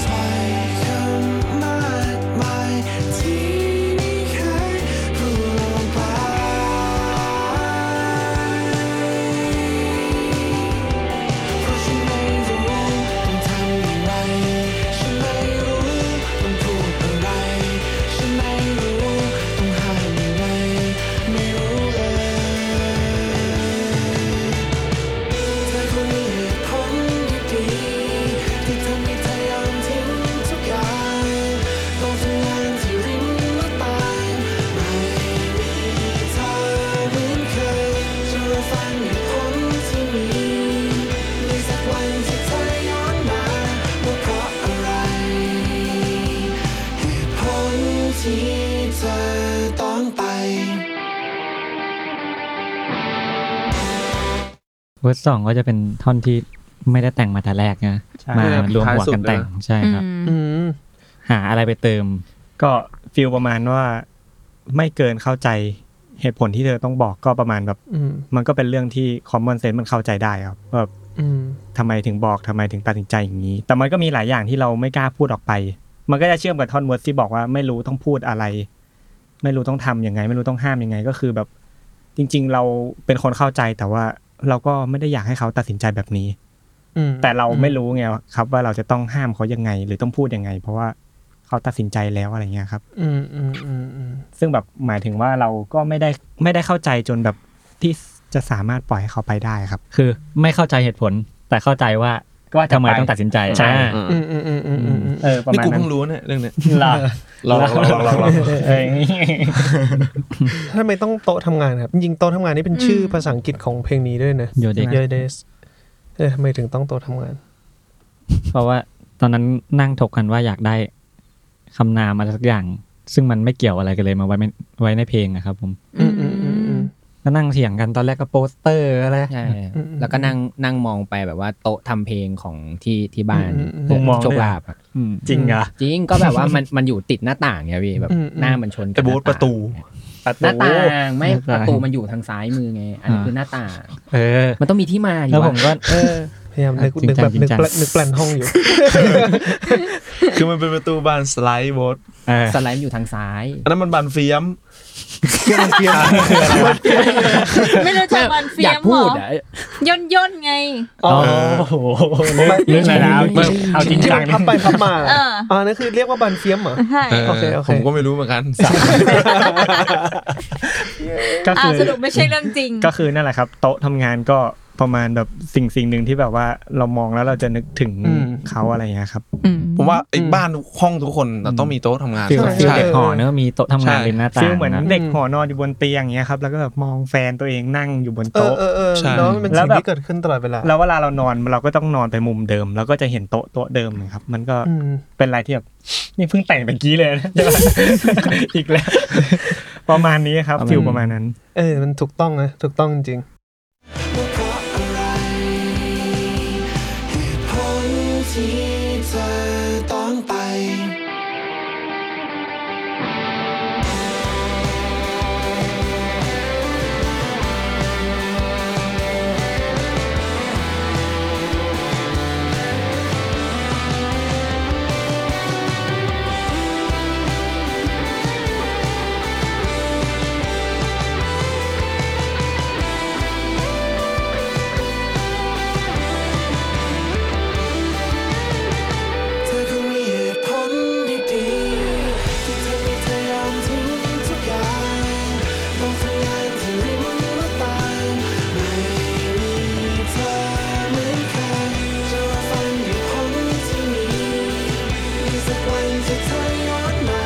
[SPEAKER 8] ถ้อยคำมากมายที่ไม่เคยพูดลงไป เพราะฉันไม่รู้ต้องทำอย่างไร ฉันไม่รู้ต้องพูดอะไร ฉันไม่รู้ต้องหายยังไงไม่รู้เลย เธอคนนี้เหตุผลดีๆที่ทำให้เธอยอมทิ้งทุกอย่างต้องทำงานที่ริมและตายไม่มีทางเหมือนเคยจะรอฟังเหตุผลที่มีในสักวันที่เธอย้อนมาว่าเพราะอะไร เหตุผลที่เธอต้องไป
[SPEAKER 6] เวอร์สองก็จะเป็นท่อนที่ไม่ได้แต่งมาแต่แรกนะ
[SPEAKER 7] ใช่
[SPEAKER 6] มารวมหัวกันแต่งใช่ครับ
[SPEAKER 3] อืม
[SPEAKER 6] หาอะไรไปเติม
[SPEAKER 7] ก็ฟิลประมาณว่าไม่เกินเข้าใจเหตุผลที่เธอต้องบอกก็ประมาณแบบ
[SPEAKER 3] อืม
[SPEAKER 7] มันก็เป็นเรื่องที่คอมมอนเซนส์มันเข้าใจได้ครับว่าแบบ
[SPEAKER 3] อืม
[SPEAKER 7] ทำไมถึงบอกทำไมถึงตัดสินใจอย่างนี้ แต่มันก็มีหลายอย่างที่เราไม่กล้าพูดออกไป มันก็จะเชื่อมกับท่อนเวิร์ดที่บอกว่าไม่รู้ต้องพูดอะไร ไม่รู้ต้องทำยังไง ไม่รู้ต้องห้ามยังไงก็คือแบบ จริง ๆ เราเป็นคนเข้าใจแต่ว่าเราก็ไม่ได้อยากให้เขาตัดสินใจแบบนี้
[SPEAKER 3] อืม
[SPEAKER 7] แต่เราไม่รู้ไงครับว่าเราจะต้องห้ามเขายังไง หรือต้องพูดยังไง เพราะว่าเขาตัดสินใจแล้วอะไรเงี้ยครับ
[SPEAKER 3] อืมอืมอืมอืม
[SPEAKER 7] ซึ่งแบบหมายถึงว่าเราก็ไม่ได้ไม่ได้เข้าใจจนแบบที่จะสามารถปล่อยให้เขาไปได้ครับ
[SPEAKER 6] คือไม่เข้าใจเหตุผล แต่เข้าใจว่า
[SPEAKER 7] ว่าทำไมต้องตัดสินใจใช่
[SPEAKER 4] อืม
[SPEAKER 3] อืมอืมอืมอืมอืมอืม
[SPEAKER 7] เออประ
[SPEAKER 4] นี่
[SPEAKER 7] มาณ
[SPEAKER 4] กู
[SPEAKER 7] นั้
[SPEAKER 4] เพิ่
[SPEAKER 7] น
[SPEAKER 4] งรู้เนี่ยเรื่องเนี้ย
[SPEAKER 7] หรอ
[SPEAKER 4] ลองลองลองลองลอง
[SPEAKER 7] เออ
[SPEAKER 3] ทำไมต้องโต๊ะทำงานครับจริงๆโต๊ะทำงานนี่เป็นชื่อภาษาอังกฤษของเพลงนี้ด้วยนะ
[SPEAKER 6] โยเดก
[SPEAKER 3] เยอะเดสเออทำไมถึงต้องโต๊ะทำงาน
[SPEAKER 6] เพราะว่าตอนนั้นนั่งถกกันว่าอยากได้คำนามอะไรสักอย่าง ซึ่งมันไม่เกี่ยวอะไรกันเลยมาไว้ไม่ไว้ในเพลงนะครับผม
[SPEAKER 3] อืมอืมอืมอืม
[SPEAKER 6] ก็นั่งเถียงกันตอนแรกก็โปสเตอร์อะไร
[SPEAKER 5] ใช่ครับ
[SPEAKER 3] อืม
[SPEAKER 5] แล้วก็นั่งนั่งมองไปแบบว่าโต๊ะทำเพลงของที่ที่บ้าน
[SPEAKER 3] อืมอืม
[SPEAKER 5] เพื่อโชคลาภอะ
[SPEAKER 7] จริงเหรอ
[SPEAKER 5] จริงก็แบบว่ามันมันอยู่ติดหน้าต่างเนี่ยพี่แบบ
[SPEAKER 3] อืมอืม
[SPEAKER 5] หน้ามันชนกับ
[SPEAKER 4] ไอ้โบ๊ท
[SPEAKER 5] ห
[SPEAKER 4] ป
[SPEAKER 5] น้าาง
[SPEAKER 4] ระตู
[SPEAKER 5] หน้าต่างไม่
[SPEAKER 6] ห
[SPEAKER 5] ป
[SPEAKER 6] น้าต่าง
[SPEAKER 5] ระตูมันอยู่ทางซ้ายมือไง อันนี้
[SPEAKER 6] อ่า
[SPEAKER 5] คือหน้าต่าง
[SPEAKER 6] เออ
[SPEAKER 5] มันต้องมีที่มาดิ
[SPEAKER 6] แล้วผมก็
[SPEAKER 5] เออ
[SPEAKER 3] พยายามนึก
[SPEAKER 6] จริง
[SPEAKER 3] นึก
[SPEAKER 6] จัง
[SPEAKER 3] แบบ
[SPEAKER 6] จริง
[SPEAKER 3] นึก
[SPEAKER 6] จัง
[SPEAKER 3] แปลนนึกแปลนห้องอยู่
[SPEAKER 4] คือมันเป็นประตูบานสไลด์โบ๊ท
[SPEAKER 6] เออ
[SPEAKER 5] สไลด์มันอยู่ทางซ้าย
[SPEAKER 4] อันนั้นมันบานเฟียม
[SPEAKER 2] ไม่รู้จักวันเฟี
[SPEAKER 5] อย ยาก
[SPEAKER 2] มเห
[SPEAKER 5] พู
[SPEAKER 2] ร
[SPEAKER 5] ด
[SPEAKER 2] อ
[SPEAKER 5] อ่ะ
[SPEAKER 2] ย่นย่นๆไง
[SPEAKER 7] โอ้โหเรื่องอะไรนะเอาจริง
[SPEAKER 3] ที่
[SPEAKER 7] จั
[SPEAKER 3] มั
[SPEAKER 7] ง
[SPEAKER 3] นพับไปพับมา
[SPEAKER 2] เออ
[SPEAKER 3] อ่านั่นคือเรียกว่าบันเฟียมเหรอ
[SPEAKER 2] ใช่
[SPEAKER 4] เออ
[SPEAKER 3] โอเคโอเค
[SPEAKER 4] ผมก็ไม่รู้เหมือนกัน
[SPEAKER 7] ก็
[SPEAKER 2] อ่า
[SPEAKER 7] คือ
[SPEAKER 2] สรุปไม่ใช่เรื่องจริง
[SPEAKER 7] ก็คือนั่นแหละครับ โต๊ะทำงานก็ประมาณแบบสิ่งสิ่งหนึ่งที่แบบว่าเรามองแล้วเราจะนึกถึง
[SPEAKER 3] อืม
[SPEAKER 7] เขาอะไรอย่างเงี้ยครับ
[SPEAKER 4] ผมว่าไอ้บ้านทุกห้องทุกคนน่ะต้องมีโต๊ะทำงาน
[SPEAKER 6] ฟิล
[SPEAKER 3] ใช่
[SPEAKER 6] ฟิลเด็กหอเนอะมีโต๊ะทำงาน
[SPEAKER 4] ใช่
[SPEAKER 6] เป็นหน้าต่าง
[SPEAKER 7] ฟีลเหมือน
[SPEAKER 6] นะ
[SPEAKER 7] เด็กหอนอนอยู่บนเตียงอย่างเงี้ยครับ แล้วก็แบบมองแฟนตัวเองนั่งอยู่บน
[SPEAKER 3] เออ
[SPEAKER 7] โต๊ะ
[SPEAKER 3] เออเออ
[SPEAKER 4] ใช่
[SPEAKER 3] แล้วมันเป็นสิ่ง
[SPEAKER 7] แล้วแบบ
[SPEAKER 3] ที่เกิดขึ้นตลอดเวลา
[SPEAKER 7] แล้วเวลาเรานอนเราก็ต้องนอนไปมุมเดิม แล้วก็จะเห็นโต๊ะโต๊ะเดิมนะครับ มันก็
[SPEAKER 3] อืม
[SPEAKER 7] เป็นอะไรที่แบบนี่เพิ่งแต่งเมื่อกี้เลยนะ *laughs* อีกแล้ว ประมาณนี้ครับ
[SPEAKER 6] ประมาณ
[SPEAKER 7] ฟิลประมาณนั้น
[SPEAKER 3] เออมันถูกต้องนะถูกต้องจริง
[SPEAKER 8] ว่าเพราะอะไรเหตุผลที่เธอต้องไป เธอคงมีเหตุผลดีๆที่ทำให้เธอยอมทิ้งทุกอย่างต้องทำงานที่ริมหน้าต่างไม่มีเธอเหมือนใครจะรอฟังเหตุผลที่มีมีสักวันที่เธอย้อนมา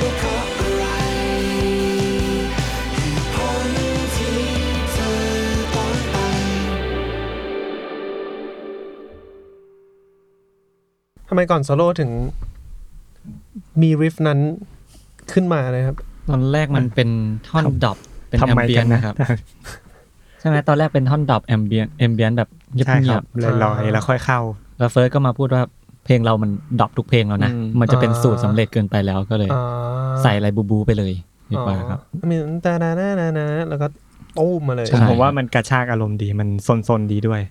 [SPEAKER 8] ว่าเพราะอะไรเหตุผลที่เธอต้องไป
[SPEAKER 3] ๆทำไมก่อนโซโล่ถึง มีริฟนั้นขึ้นมานะครับ
[SPEAKER 6] ตอนแรกมันเป็นท่อนดรอปเป็น
[SPEAKER 7] ทำ
[SPEAKER 6] แอม
[SPEAKER 7] ไม
[SPEAKER 6] เบีย
[SPEAKER 7] กัน น
[SPEAKER 6] ต์
[SPEAKER 7] นะ
[SPEAKER 6] นะครับ ใช่ไหมตอนแรกเป็นท่อนดรอปแอมเบียนแอมเบียนแบบเงี
[SPEAKER 7] ใช่ค
[SPEAKER 6] ย
[SPEAKER 7] รั
[SPEAKER 6] บบ
[SPEAKER 7] ลอยๆแล้วค่อยเข้า
[SPEAKER 6] ๆแล้วเฟิร์สก็มาพูดว่าเพลงเรามันดรอปทุกเพลงแล้วนะ
[SPEAKER 4] อืม
[SPEAKER 6] มันจะเป็น
[SPEAKER 3] อ่า
[SPEAKER 6] สูตรสำเร็จเกินไปแล้วก็เลย
[SPEAKER 3] อ่า
[SPEAKER 6] ใส่อะไรบูบูไปเลยดีกว่าครับ
[SPEAKER 3] อ๋อมีตาดานานาแล้วก็ตู้มมาเลย
[SPEAKER 6] ใช่
[SPEAKER 7] ผมว่ามันกระชากอารมณ์ดีมันซนๆดีด้วย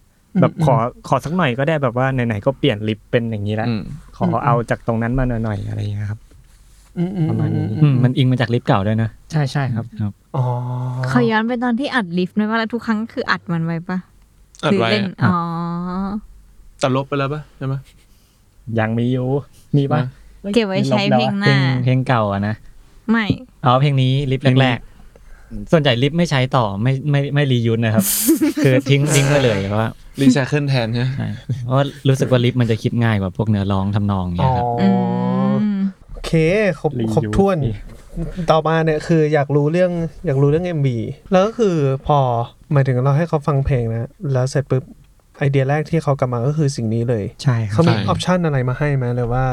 [SPEAKER 7] แบบขอขอสักหน่อยก็ได้แบบว่าไหนๆก็เปลี่ยนลิปเป็นอย่างนี้แล้ว
[SPEAKER 4] อืม
[SPEAKER 7] ขอเอาจากตรงนั้นมาหน่อยๆอะไรอย่างเงี้ยครับ
[SPEAKER 3] มอืม
[SPEAKER 7] ประมาณนี้
[SPEAKER 6] อืมมันอิงมาจากลิปเก่าด้วยนะ
[SPEAKER 7] ใช่ใช่ครับ
[SPEAKER 6] ครับ
[SPEAKER 3] อ๋อ
[SPEAKER 2] ขอย้อนไปตอนที่อัดลิฟต์ไหมว่าแล้วทุกครั้งคืออัดมันไว้ปะ
[SPEAKER 4] อัด
[SPEAKER 2] หรือ
[SPEAKER 4] ไว้
[SPEAKER 2] เล่น
[SPEAKER 4] อะ
[SPEAKER 2] อ๋อ
[SPEAKER 4] แต่ลบไปแล้วปะใช่ไหม
[SPEAKER 7] ยังมีอยู่ มีปะ
[SPEAKER 2] เก็บไว้ใช้เพลงห
[SPEAKER 6] เพล
[SPEAKER 2] น้าง
[SPEAKER 6] เพลงเก่าอะนะ
[SPEAKER 2] ไม่
[SPEAKER 6] อ๋อเพลงนี้ลิฟต์แรกๆ ส่วนใหญ่ลิฟต์ไม่ใช้ต่อไม่ไม่ไม่รียูสนะครับ คือทิ้งทิ้งไปเลยเพราะว่า
[SPEAKER 4] รีไซเคิลแทนใช่ไหม
[SPEAKER 6] ใช่เพราะว่ารู้สึกว่าลิฟต์มันจะคิดง่ายกว่าพวกเนื้อร้องทำนอง
[SPEAKER 3] อ๋
[SPEAKER 6] เนี่
[SPEAKER 3] อย
[SPEAKER 6] ครับ
[SPEAKER 3] อ
[SPEAKER 2] อืม
[SPEAKER 3] โอเคครบครบถ้วน ต่อมาเนี่ยคืออยากรู้เรื่องอยากรู้เรื่อง MV แล้วก็คือพอหมายถึงเราให้เขาฟังเพลงนะแล้วเสร็จปุ๊บไอเดียแรกที่เขากลับมาก็คือสิ่งนี้เลย
[SPEAKER 7] ใช่ครั
[SPEAKER 3] เขา
[SPEAKER 7] บ
[SPEAKER 3] มีออปชันอะไรมาให้ไหมหรือว่า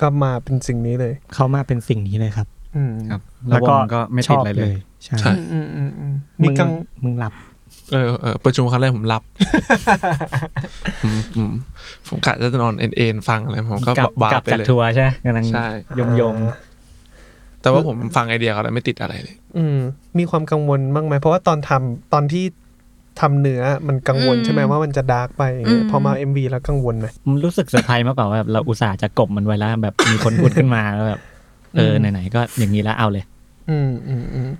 [SPEAKER 3] ก็มาเป็นสิ่งนี้เลย
[SPEAKER 7] เขามาเป็นสิ่งนี้เลยครับ
[SPEAKER 3] อืม
[SPEAKER 6] ครับแล้ววงก็ไม่ติดอะไรเลย
[SPEAKER 7] ใช่
[SPEAKER 3] อืมอืมอืมอืมมีกัง
[SPEAKER 7] มึงหลับ
[SPEAKER 4] เออเออประชุมครั้งแรกผมรับอืมอืมผมกะจะนอนเอ็นเอ็นฟังอะไรผมก็
[SPEAKER 6] กลับ
[SPEAKER 4] บ้าก
[SPEAKER 6] ลับ
[SPEAKER 4] ไป
[SPEAKER 6] จาก
[SPEAKER 4] เลย
[SPEAKER 6] ทัวร์ใช่ไหมกำลัง
[SPEAKER 4] ใช่
[SPEAKER 6] ยมยมๆ
[SPEAKER 4] แต่ว่าผมฟังไอเดียเขาแล้วไม่ติดอะไรเลย
[SPEAKER 3] อืมมีความกังวลบ้างไหมเพราะว่าตอนทำตอนที่ทำเนื้อมันกังวลใช่ไหม
[SPEAKER 2] อืม
[SPEAKER 3] ว่ามันจะดาร์กไปอย่างเงี้ย
[SPEAKER 2] อืม
[SPEAKER 3] พอมา MV แล้วกังวลไหม
[SPEAKER 6] มันรู้สึกเซอร์ไพรส์มากกว่าว่าแบบเราอุตส่าห์จะกลบมันไว้แล้วแบบมีคนพูดขึ้นมาแล้วแบบเออ
[SPEAKER 3] อืม
[SPEAKER 6] ไหนๆก็อย่างนี้แล้วเอาเลย
[SPEAKER 3] อืมอืมอืม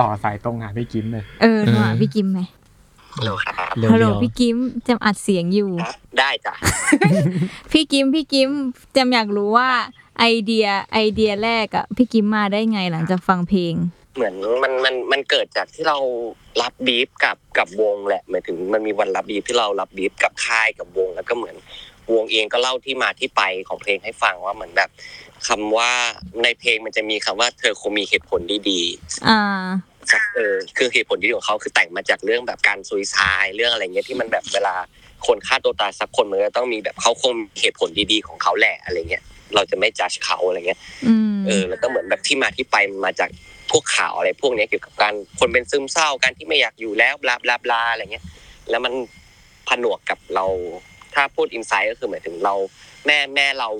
[SPEAKER 7] ต่อสายตรงหาพี่กิมเลย
[SPEAKER 2] เออหนูพี่กิมไหม
[SPEAKER 6] เร็
[SPEAKER 2] ฮัลโหล
[SPEAKER 6] ว
[SPEAKER 2] พี่กิมแจมอัดเสียงอยู่
[SPEAKER 10] ได้จ้ะ
[SPEAKER 2] พี่กิมพี่กิมแจมอยากรู้ว่าไอเดียไอเดียแรกอะพี่กิมมาได้ไงหลังจากฟังเพลง
[SPEAKER 10] เหมือนมันมันมันเกิดจากที่เรารับบีฟกับกับวงแหละหมายถึงมันมีวันรับบีฟที่เรารับบีฟกับค่ายกับวงแล้วก็เหมือน
[SPEAKER 8] วงเองก็เล่าที่มาที่ไปของเพลงให้ฟังว่าเหมือนแบบคำว่าในเพลงมันจะมีคำว่าเธอคงมีเหตุผลดี
[SPEAKER 2] อ่า
[SPEAKER 8] ๆสักเออคือเหตุผลดีๆของเขาคือแต่งมาจากเรื่องแบบการซุยซายเรื่องอะไรเงี้ยที่มันแบบเวลาคนฆ่าตัวตายสักคนมันก็ต้องมีแบบเขาคงมีเหตุผลดีๆของเขาแหละอะไรเงี้ยเราจะไม่จัดเขาอะไรเงี้ย
[SPEAKER 2] อืม
[SPEAKER 8] เออแล้วก็เหมือนแบบที่มาที่ไปมันมาจากพวกข่าวอะไรพวกเนี้ยเกี่ยวกับการคนเป็นซึมเศร้าการที่ไม่อยากอยู่แล้วบลาบลาบลาอะไรเงี้ยแล้วมันผนวกกับเรา ถ้าพูดอินไซต์ก็คือหมายถึงเรา แม่แม่เรา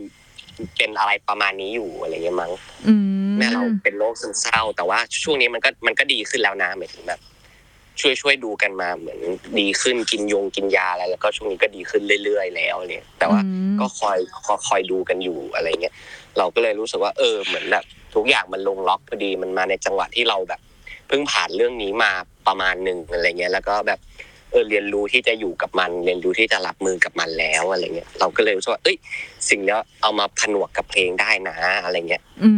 [SPEAKER 8] เป็นอะไรประมาณนี้อยู่อะไรเงี้ยมั้ง
[SPEAKER 2] อืม
[SPEAKER 8] แม่เราเป็นโรคซึมเศร้า แต่ว่าช่วงนี้มันก็มันก็ดีขึ้นแล้วนะหมายถึงแบบ ช่วยช่วยดูกันมาเหมือนดีขึ้นกินยงกินยาอะไรแล้วก็ช่วงนี้ก็ดีขึ้นเรื่อยๆ แล้วเนี่ยแต่ว่า
[SPEAKER 2] อืม
[SPEAKER 8] ก็คอยคอยคอยดูกันอยู่อะไรเงี้ยเราก็เลยรู้สึกว่าเออเหมือนแบบทุกอย่างมันลงล็อกพอดีมันมาในจังหวะที่เราแบบ เพิ่งผ่านเรื่องนี้มาประมาณหนึ่งอะไรเงี้ยแล้วก็แบบเออเรียนรู้ที่จะอยู่กับมัน เรียนรู้ที่จะรับมือกับมันแล้วอะไรเงี้ยเราก็เลยรู้สึกว่าเอ้ยสิ่งเนี้ยเอามาผนวกกับเพลงได้นะอะไรเงี้ย
[SPEAKER 2] อื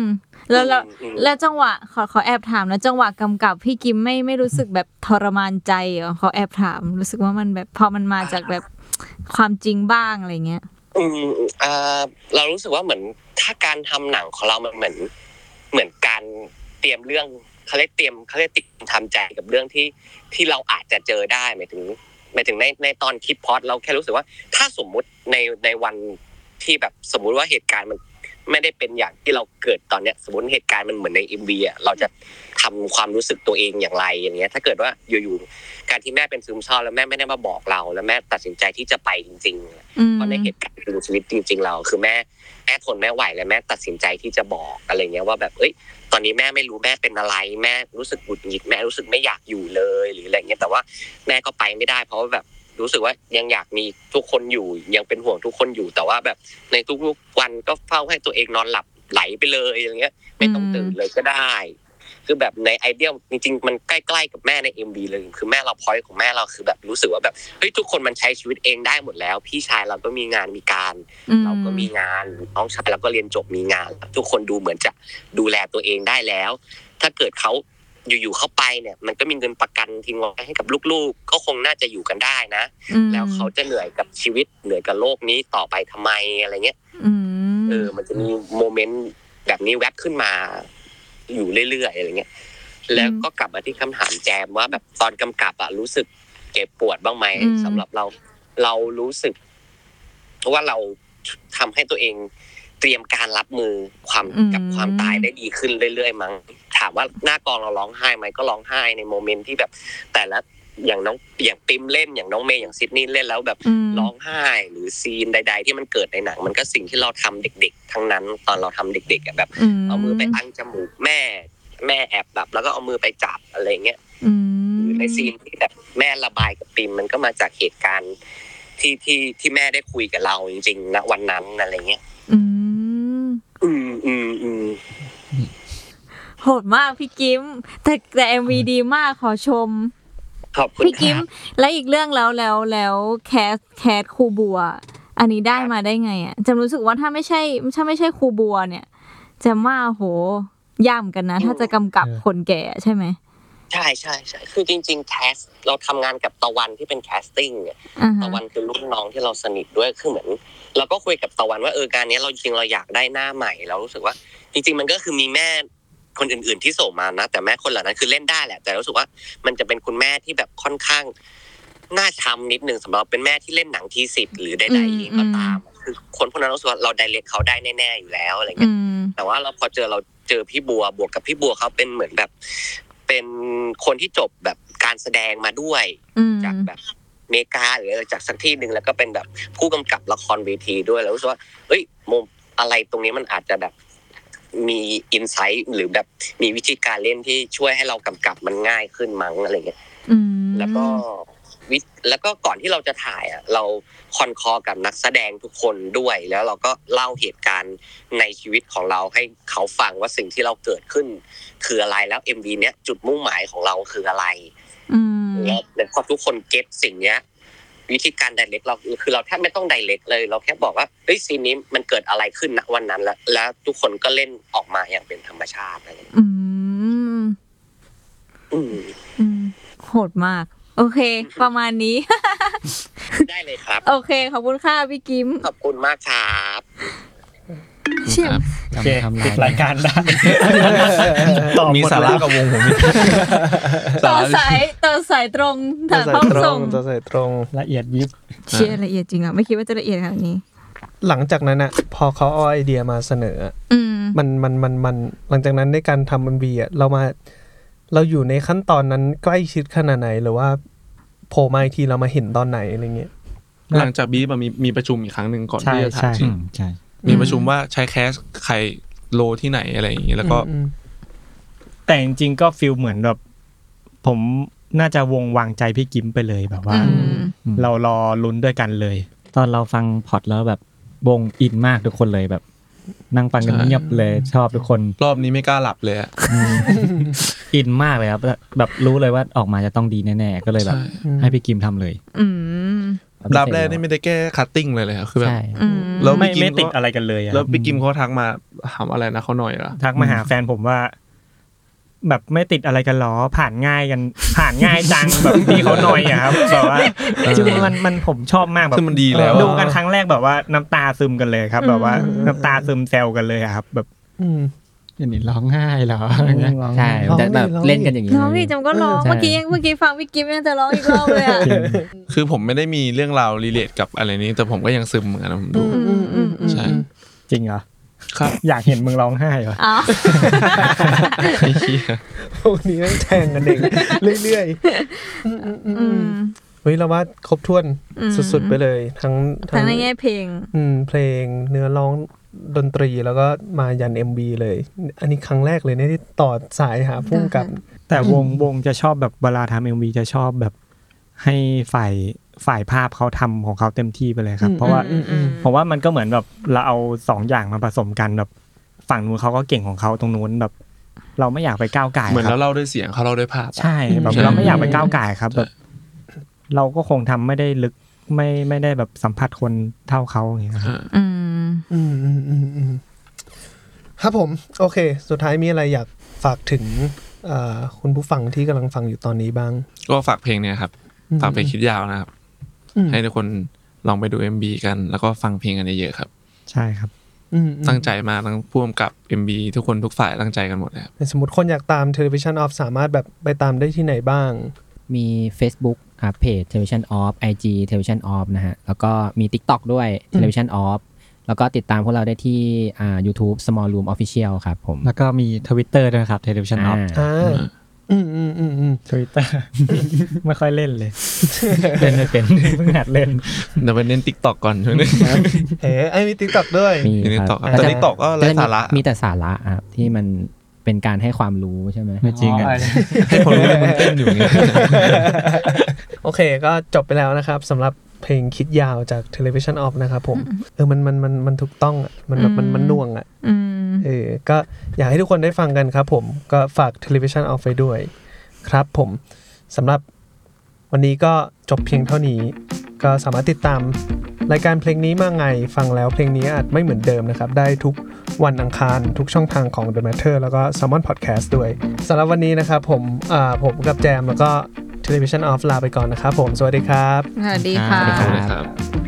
[SPEAKER 2] ม แล้วแล้ว
[SPEAKER 8] อืมอืม
[SPEAKER 2] แล้วจังหวะขอขอแอบถามนะจังหวะกำกับพี่กิมไม่ไม่รู้สึกแบบทรมานใจเหรอขอแอบถาม รู้สึกว่ามันแบบพอมันมาจากแบบความจริงบ้างอะไรเงี้ย
[SPEAKER 8] อืมเอ่อเรารู้สึกว่าเหมือนถ้าการทำหนังของเรามันเหมือนเหมือนการเตรียมเรื่องเขาเรียกเตรียมเขาเรียกติดทำใจกับเรื่องที่ที่เราอาจจะเจอได้หมายถึงหมายถึงในในตอนคิดพล็อดเราแค่รู้สึกว่า ถ้าสมมุติในในวันที่แบบสมมุติว่าเหตุการณ์มันไม่ได้เป็นอย่างที่เราเกิดตอนเนี้ย สมมติเหตุการณ์มันเหมือนในอิมวีอ่ะเราจะทำความรู้สึกตัวเองอย่างไรอย่างเงี้ย ถ้าเกิดว่าอยู่ๆการที่แม่เป็นซึมเศร้าแล้วแม่ไม่ได้มาบอกเรา แล้วแม่ตัดสินใจที่จะไปจริง ๆ
[SPEAKER 2] อืม
[SPEAKER 8] เพราะในเหตุการณ์ดูชีวิตจริงๆเราคือแม่แม่ทนไม่ไหวและแม่ตัดสินใจที่จะบอกอะไรเงี้ยว่าแบบเอ้ยตอนนี้แม่ไม่รู้แม่เป็นอะไร แม่รู้สึกหงุดหงิดแม่รู้สึกไม่อยากอยู่เลยหรืออะไรเงี้ยแต่ว่าแม่ก็ไปไม่ได้ เพราะว่าแบบรู้สึกว่ายังอยากมีทุกคนอยู่ยังเป็นห่วงทุกคนอยู่แต่ว่าแบบในทุกๆวันก็เฝ้าให้ตัวเองนอนหลับไหลไปเลยอะไรเงี้ย ไม่ต้องตื่นเลยก็ได้ คือแบบในไอเดียจริงๆ มันใกล้ๆกับแม่ใน MV เลย คือแม่เราพอยต์ของแม่เราคือแบบรู้สึกว่าแบบเฮ้ยทุกคนมันใช้ชีวิตเองได้หมดแล้ว พี่ชายเราก็มีงานมีการ
[SPEAKER 2] อื
[SPEAKER 8] เราก็มีงานน้องชายเราก็เรียนจบมีงาน ทุกคนดูเหมือนจะดูแลตัวเองได้แล้ว ถ้าเกิดเขาอยู่ๆเข้าไปเนี่ย มันก็มีเงินประกันทิ้งไว้ให้กับลูกๆ ก็คงน่าจะอยู่กันได้นะ
[SPEAKER 2] อืม
[SPEAKER 8] แล้วเขาจะเหนื่อยกับชีวิตเหนื่อยกับโลกนี้ต่อไปทำไมอะไรเงี้ย
[SPEAKER 2] อืม
[SPEAKER 8] เออ มันจะมีโมเมนต์แบบนี้แวบขึ้นมาอยู่เรื่อยๆอะไรเงี้ย แล้วก็กลับมาที่คำถามแจมว่าแบบตอนกำกับอะรู้สึกเจ็บปวดบ้างไหมสำหรับเรา เรารู้สึก เพราะว่าเราทำให้ตัวเองเตรียมการรับมือความกับความตายได้ดีขึ้นเรื่อยๆมั้ง ถามว่าหน้ากองเราร้องไห้ไหมก็ร้องไห้ในโมเมนต์ที่แบบ แต่ละอย่างน้องอย่างปิมเล่นอย่างน้องเมย์อย่างซิดนีย์เล่นแล้วแบบ
[SPEAKER 2] อืม
[SPEAKER 8] ร้องไห้หรือซีนใด ๆ ที่มันเกิดในหนัง มันก็สิ่งที่เราทำเด็ก ๆ ทั้งนั้น ตอนเราทำเด็กๆอะแบบ เอามือไปอั้งจมูกแม่ แม่แอบแบบ แล้วก็เอามือไปจับอะไรเงี้ย
[SPEAKER 2] อืม
[SPEAKER 8] หรือในซีนที่แบบแม่ระบายกับปิมมันก็มาจากเหตุการณ์ที่ที่ที่แม่ได้คุยกับเราจริงๆณวันนั้นอะไรเงี้ย
[SPEAKER 2] อืม
[SPEAKER 8] อืมอืมอืม
[SPEAKER 2] โหดมากพี่กิมแต่แต่ MV ดีมากขอชม
[SPEAKER 8] ขอบคุณ
[SPEAKER 2] พี่
[SPEAKER 8] ค
[SPEAKER 2] กิ
[SPEAKER 8] รั
[SPEAKER 2] ม
[SPEAKER 8] บ
[SPEAKER 2] และอีกเรื่องแล้วแล้วแล้วแคสแคสครูบัว อันนี้ได้มาได้ไงอ่ะจำรู้สึกว่าถ้าไม่ใช่ถ้าไม่ใช่ครูบัวเนี่ยจำว่าโหยากเหมือนกันนะ ถ้าจะกำกับคนแก่ใช่ไหม
[SPEAKER 8] ใช่ใช่ใช่คือจริงๆแคสเราทำงานกับตะวันที่เป็นแคสติ้งเนี่ย
[SPEAKER 2] อ่าฮะ
[SPEAKER 8] ตะวันคือรุ่นน้องที่เราสนิทด้วยคือเหมือนเราก็คุยกับตะวันว่าเออการเนี้ยเราจริงๆเราอยากได้หน้าใหม่เรารู้สึกว่า จริง ๆ มันก็คือมีแม่คนอื่น ๆที่ส่งมานะแต่แม่คนเหล่านั้นคือเล่นได้แหละ แต่รู้สึกว่ามันจะเป็นคุณแม่ที่แบบค่อนข้างน่าช้ำนิดนึงสำหรับเป็นแม่ที่เล่นหนังทีสิบหรือใดๆก็ตามคือคนพวกนั้นรู้สึกว่าเราไดเรกเขาได้แน่ๆอยู่แล้วอะไรเงี้ย
[SPEAKER 2] อืม
[SPEAKER 8] แต่ว่าเราพอเจอเราเจอพี่บัวบวกกับพี่บัวเขาเป็นเหมือนแบบ เป็นคนที่จบแบบการแสดงมาด้วย
[SPEAKER 2] อืม
[SPEAKER 8] จากแบบอเมริกาหรืออะไรจากสักที่หนึ่งแล้วก็เป็นแบบผู้กำกับละครเวทีด้วยแล้วรู้สึกว่าเอ้ยมุมอะไรตรงนี้มันอาจจะแบบมีอินไซต์หรือแบบมีวิธีการเล่นที่ช่วยให้เรากำกับมันง่ายขึ้นมั้งอะไรเงี้ย
[SPEAKER 2] อืม
[SPEAKER 8] แล้วก็วิแล้วก็ก่อนที่เราจะถ่ายอ่ะเราคอนคอร์กับนักแสดงทุกคนด้วย แล้วเราก็เล่าเหตุการณ์ในชีวิตของเราให้เขาฟังว่าสิ่งที่เราเกิดขึ้น คืออะไรแล้ว MV เนี้ยจุดมุ่งหมายของเราคืออะไร
[SPEAKER 2] อืม
[SPEAKER 8] แล้วแล้วพอทุกคนเก็ตสิ่งเนี้ย วิธีการไดเรกเราคือเราแทบไม่ต้องไดเรกเลย เราแค่บอกว่าเฮ้ยซีนนี้มันเกิดอะไรขึ้นณวันนั้นแล้วแล้วทุกคนก็เล่นออกมาอย่างเป็นธรรมชาติอะไรอย่างเงี้ย
[SPEAKER 2] อืม
[SPEAKER 8] อืม
[SPEAKER 2] อืม โหดมาก โอเค ประมาณนี้ *laughs*
[SPEAKER 8] ได้เลยครับ
[SPEAKER 2] โอเค ขอบคุณค่ะพี่กิม
[SPEAKER 8] ขอบคุณมากครับ
[SPEAKER 2] เชี่ยม
[SPEAKER 5] จำคำลายได้
[SPEAKER 3] ตอบห
[SPEAKER 4] มี
[SPEAKER 3] มด
[SPEAKER 4] สาระ
[SPEAKER 3] แล้ว
[SPEAKER 4] กับวงผม
[SPEAKER 2] ต่อสายต่อสายตรง
[SPEAKER 3] ตั
[SPEAKER 2] ทาว ง
[SPEAKER 3] ใส่
[SPEAKER 2] ห้อง
[SPEAKER 3] ตร
[SPEAKER 2] ส่
[SPEAKER 3] ง
[SPEAKER 2] ง
[SPEAKER 3] ตัวใส่ตรง
[SPEAKER 7] ละเอียดยิบ
[SPEAKER 2] เชี่ยละเอียดจริงอ่ะ ไม่คิดว่าจะละเอียดขนาดนี้
[SPEAKER 3] หลังจากนั้นอ่ะ พอเขาเอาไอเดียมาเสนออะ
[SPEAKER 2] อืม
[SPEAKER 3] มันมันมันมันหลังจากนั้นในการทำมันบีอ่ะเรามาเราอยู่ในขั้นตอนนั้นใกล้ชิดขนาดไหนหรือว่าโผล่มาอีกทีเรามาเห็นตอนไหนอะไรเงี้ย
[SPEAKER 4] หลังจากบีบอะมีมีประชุมอีกครั้งหนึ่งก่อน
[SPEAKER 7] ใช่
[SPEAKER 4] ที่จะ
[SPEAKER 7] ใช่
[SPEAKER 4] ถ่ายจริง
[SPEAKER 5] ใช่
[SPEAKER 4] มีประชุมว่าใช้แคสใครโลที่ไหนอะไรอย่างนี้แล้วก็
[SPEAKER 3] อืม
[SPEAKER 7] แต่จริงๆก็ฟิลเหมือนแบบผมน่าจะวงวางใจพี่กิมไปเลยแบบว่า
[SPEAKER 2] อืม
[SPEAKER 7] เรารอลุ้นด้วยกันเลย
[SPEAKER 6] ตอนเราฟังพอดแล้วแบบวงอินมากทุกคนเลยแบบ นั่งฟังกันเงียบเลยชอบทุกคน
[SPEAKER 4] รอบนี้ไม่กล้าหลับเลยอะ
[SPEAKER 6] อินมากเลยครับแบบแบบรู้เลยว่าออกมาจะต้องดีแน่ๆก็เลยแบบ
[SPEAKER 3] อืม
[SPEAKER 6] ให้พี่กิมทำเลย
[SPEAKER 2] อืม
[SPEAKER 4] ดับแรกนี่ไม่ได้แก้คัตติ้งเลยเลยอะคือแบบ
[SPEAKER 5] ใช่
[SPEAKER 2] อืม
[SPEAKER 4] แล้ว
[SPEAKER 7] ไม่
[SPEAKER 4] พี่กิ
[SPEAKER 7] ไม่
[SPEAKER 4] ม
[SPEAKER 7] ติด
[SPEAKER 4] ก็
[SPEAKER 7] อะไรกันเลยอะ
[SPEAKER 4] แล้วพี่กิมเขาทักมาถามอะไรนะเขาหน่อยละ
[SPEAKER 7] ทักมาหาแฟนผมว่า แบบไม่ติดอะไรกันหรอ ผ่านง่ายกัน ผ่านง่ายจัง แบบพี่เขาหน่อยอะ
[SPEAKER 4] *laughs*
[SPEAKER 7] ครับแบบว่าจริงๆมันมันผมชอบมากแบบ
[SPEAKER 4] คือมันดีแล้ว
[SPEAKER 7] ดู
[SPEAKER 4] อะ
[SPEAKER 7] กันครั้งแรกแบบว่าน้ำตาซึมกันเลยครับ แบบว่าน้ำตาซึมแซวกันเลยอะครับ แบบ
[SPEAKER 3] อืม
[SPEAKER 6] อย่างนี้ร้องไห้เหรอ
[SPEAKER 5] ใช่มันจะแบบเล่นกันอย่างนี้
[SPEAKER 2] ร้องดิจำก็ร้อง
[SPEAKER 5] ใช่
[SPEAKER 2] เมื่อกี้ยังเมื่อกี้ฟังพี่กิฟยังจะร้องอีกรอบเลยอ่ะ
[SPEAKER 4] คือผมไม่ได้มีเรื่องราวรีเลทกับอะไรนี้ แต่ผมก็ยังซึมเหมือนกันนะผมดู
[SPEAKER 2] อืมอืมอืม
[SPEAKER 4] ใช่
[SPEAKER 7] จริงเหรอ
[SPEAKER 4] ครับ
[SPEAKER 7] อยากเห็นมึงร้องไห้เหรอ
[SPEAKER 2] อ๋อ
[SPEAKER 4] ไอ้เหี้ย
[SPEAKER 3] *laughs* พวกนี้แม่งแทงกันเอง เรื่อยๆอืมอืมอืม
[SPEAKER 2] อืม
[SPEAKER 3] เฮ้ยเราว่าครบถ้วน
[SPEAKER 2] อืม
[SPEAKER 3] สุดๆไปเลย ทั้ง
[SPEAKER 2] ทั้งในแง่เพลง
[SPEAKER 3] อืมเพลงเนื้อร้องดนตรีแล้วก็มายัน MB เลย อันนี้ครั้งแรกเลยเนี่ยที่ต่อสายหาพุ่งกับ
[SPEAKER 7] แต่วงวงจะชอบแบบเวลาทำเอ็มวีจะชอบแบบให้ฝ่ายฝ่ายภาพเขาทำของเขาเต็มที่ไปเลยครับ
[SPEAKER 3] อืม
[SPEAKER 7] เพราะว่า
[SPEAKER 2] อืมอืม
[SPEAKER 7] ผมว่ามันก็เหมือนแบบเราเอาสองอย่างมาผสมกันแบบฝั่งนู้นเขาก็เก่งของเขาตรงนู้นแบบ เราไม่อยากไปก้าวไก่าย
[SPEAKER 4] เหมือน
[SPEAKER 7] ค
[SPEAKER 4] เรา
[SPEAKER 7] รับ
[SPEAKER 4] เล่าด้วยเสียงเขาเล่าด้วยภาพอะ
[SPEAKER 7] ใช่แบบ
[SPEAKER 4] ใช่
[SPEAKER 7] เราไม่อยากไปก้าวไก่ายครับ
[SPEAKER 4] ใช่
[SPEAKER 7] แบบ เราก็คงทำไม่ได้ลึกไม่ไม่ได้แบบสัมผัสคนเท่าเขาอย่างเงี้ยครับ
[SPEAKER 2] อืม
[SPEAKER 3] อืมอืมอืมอืมครับผม โอเค สุดท้ายมีอะไรอยากฝากถึงเอ่อคุณผู้ฟังที่กำลังฟังอยู่ตอนนี้บ้าง
[SPEAKER 4] ก็ฝากเพลงเนี่ยครับ ฝากเพลงคิดยาวนะครับ
[SPEAKER 3] อืม
[SPEAKER 4] ให้ทุกคนลองไปดู MB กัน แล้วก็ฟังเพลงกันเยอะๆครับ
[SPEAKER 7] ใช่ครับ
[SPEAKER 3] อืมอืม
[SPEAKER 4] ตั้งใจมากทั้งพ่วงกับ MB ทุกคนทุกฝ่ายตั้งใจกันหมดเลยครับ
[SPEAKER 3] สมมติคนอยากตาม Television Off สามารถแบบไปตามได้ที่ไหนบ้าง
[SPEAKER 5] มี Facebook ครับเพจ Television Off IG Television Off นะฮะ แล้วก็มี TikTok ด้วย Television Off แล้วก็ติดตามพวกเราได้ที่อ่า YouTube Small Room Official ครับผม
[SPEAKER 6] แล้วก็มีทวิตเตอร์ด้วยครับเทเลวิชันออฟ
[SPEAKER 5] *laughs* อ่า
[SPEAKER 3] อ่า อืมอืมอืมอืม
[SPEAKER 7] ทวิตเตอร์ ไม่ค่อยเล่นเลย เล่นไม่เป็นเพิ่งหัดเล่น
[SPEAKER 4] เดี๋ยวไปเน้นติ๊กตอกก่อนช่วงนี้
[SPEAKER 3] เอ๋ไอ้ยมี TikTok ด้วย
[SPEAKER 5] มี
[SPEAKER 4] มีติ๊ก
[SPEAKER 5] ค
[SPEAKER 4] ต
[SPEAKER 5] รั
[SPEAKER 4] อบ กแต่ติ๊กตอกก็ไร้สาระ
[SPEAKER 5] มีแต่สาระครับที่มันเป็นการให้ความรู้ใช่ไหม
[SPEAKER 6] ไม่จริงอ่ะ
[SPEAKER 4] ให้คนรู้ว่ามันเต้นอยู่อย่างเงี้ย
[SPEAKER 3] โอเค ก็จบไปแล้วนะครับสำหรับเพลงคิดยาวจาก Television Off นะครับผม เออ มันมันมันมันถูกต้องอ่ะ มันแบบมันมันน่วงอ่ะ
[SPEAKER 2] อืม
[SPEAKER 3] เออ ก็อยากให้ทุกคนได้ฟังกันครับผม ก็ฝาก Television Off ไปด้วย ครับผมสำหรับวันนี้ก็จบเพียงเท่านี้ ก็สามารถติดตาม รายการเพลงนี้มาไง ฟังแล้วเพลงนี้อาจไม่เหมือนเดิมนะครับ ได้ทุกวันอังคารทุกช่องทางของ The Matter แล้วก็ s a l m o n Podcast ด้วยสำหรับวันนี้นะครับผมอ่าผมกับแจมแล้วก็ Television Off ลาไปก่อนนะครับผม สวัสดีครับ
[SPEAKER 2] สวัสดีค่ะ
[SPEAKER 4] ขอบคุณครับ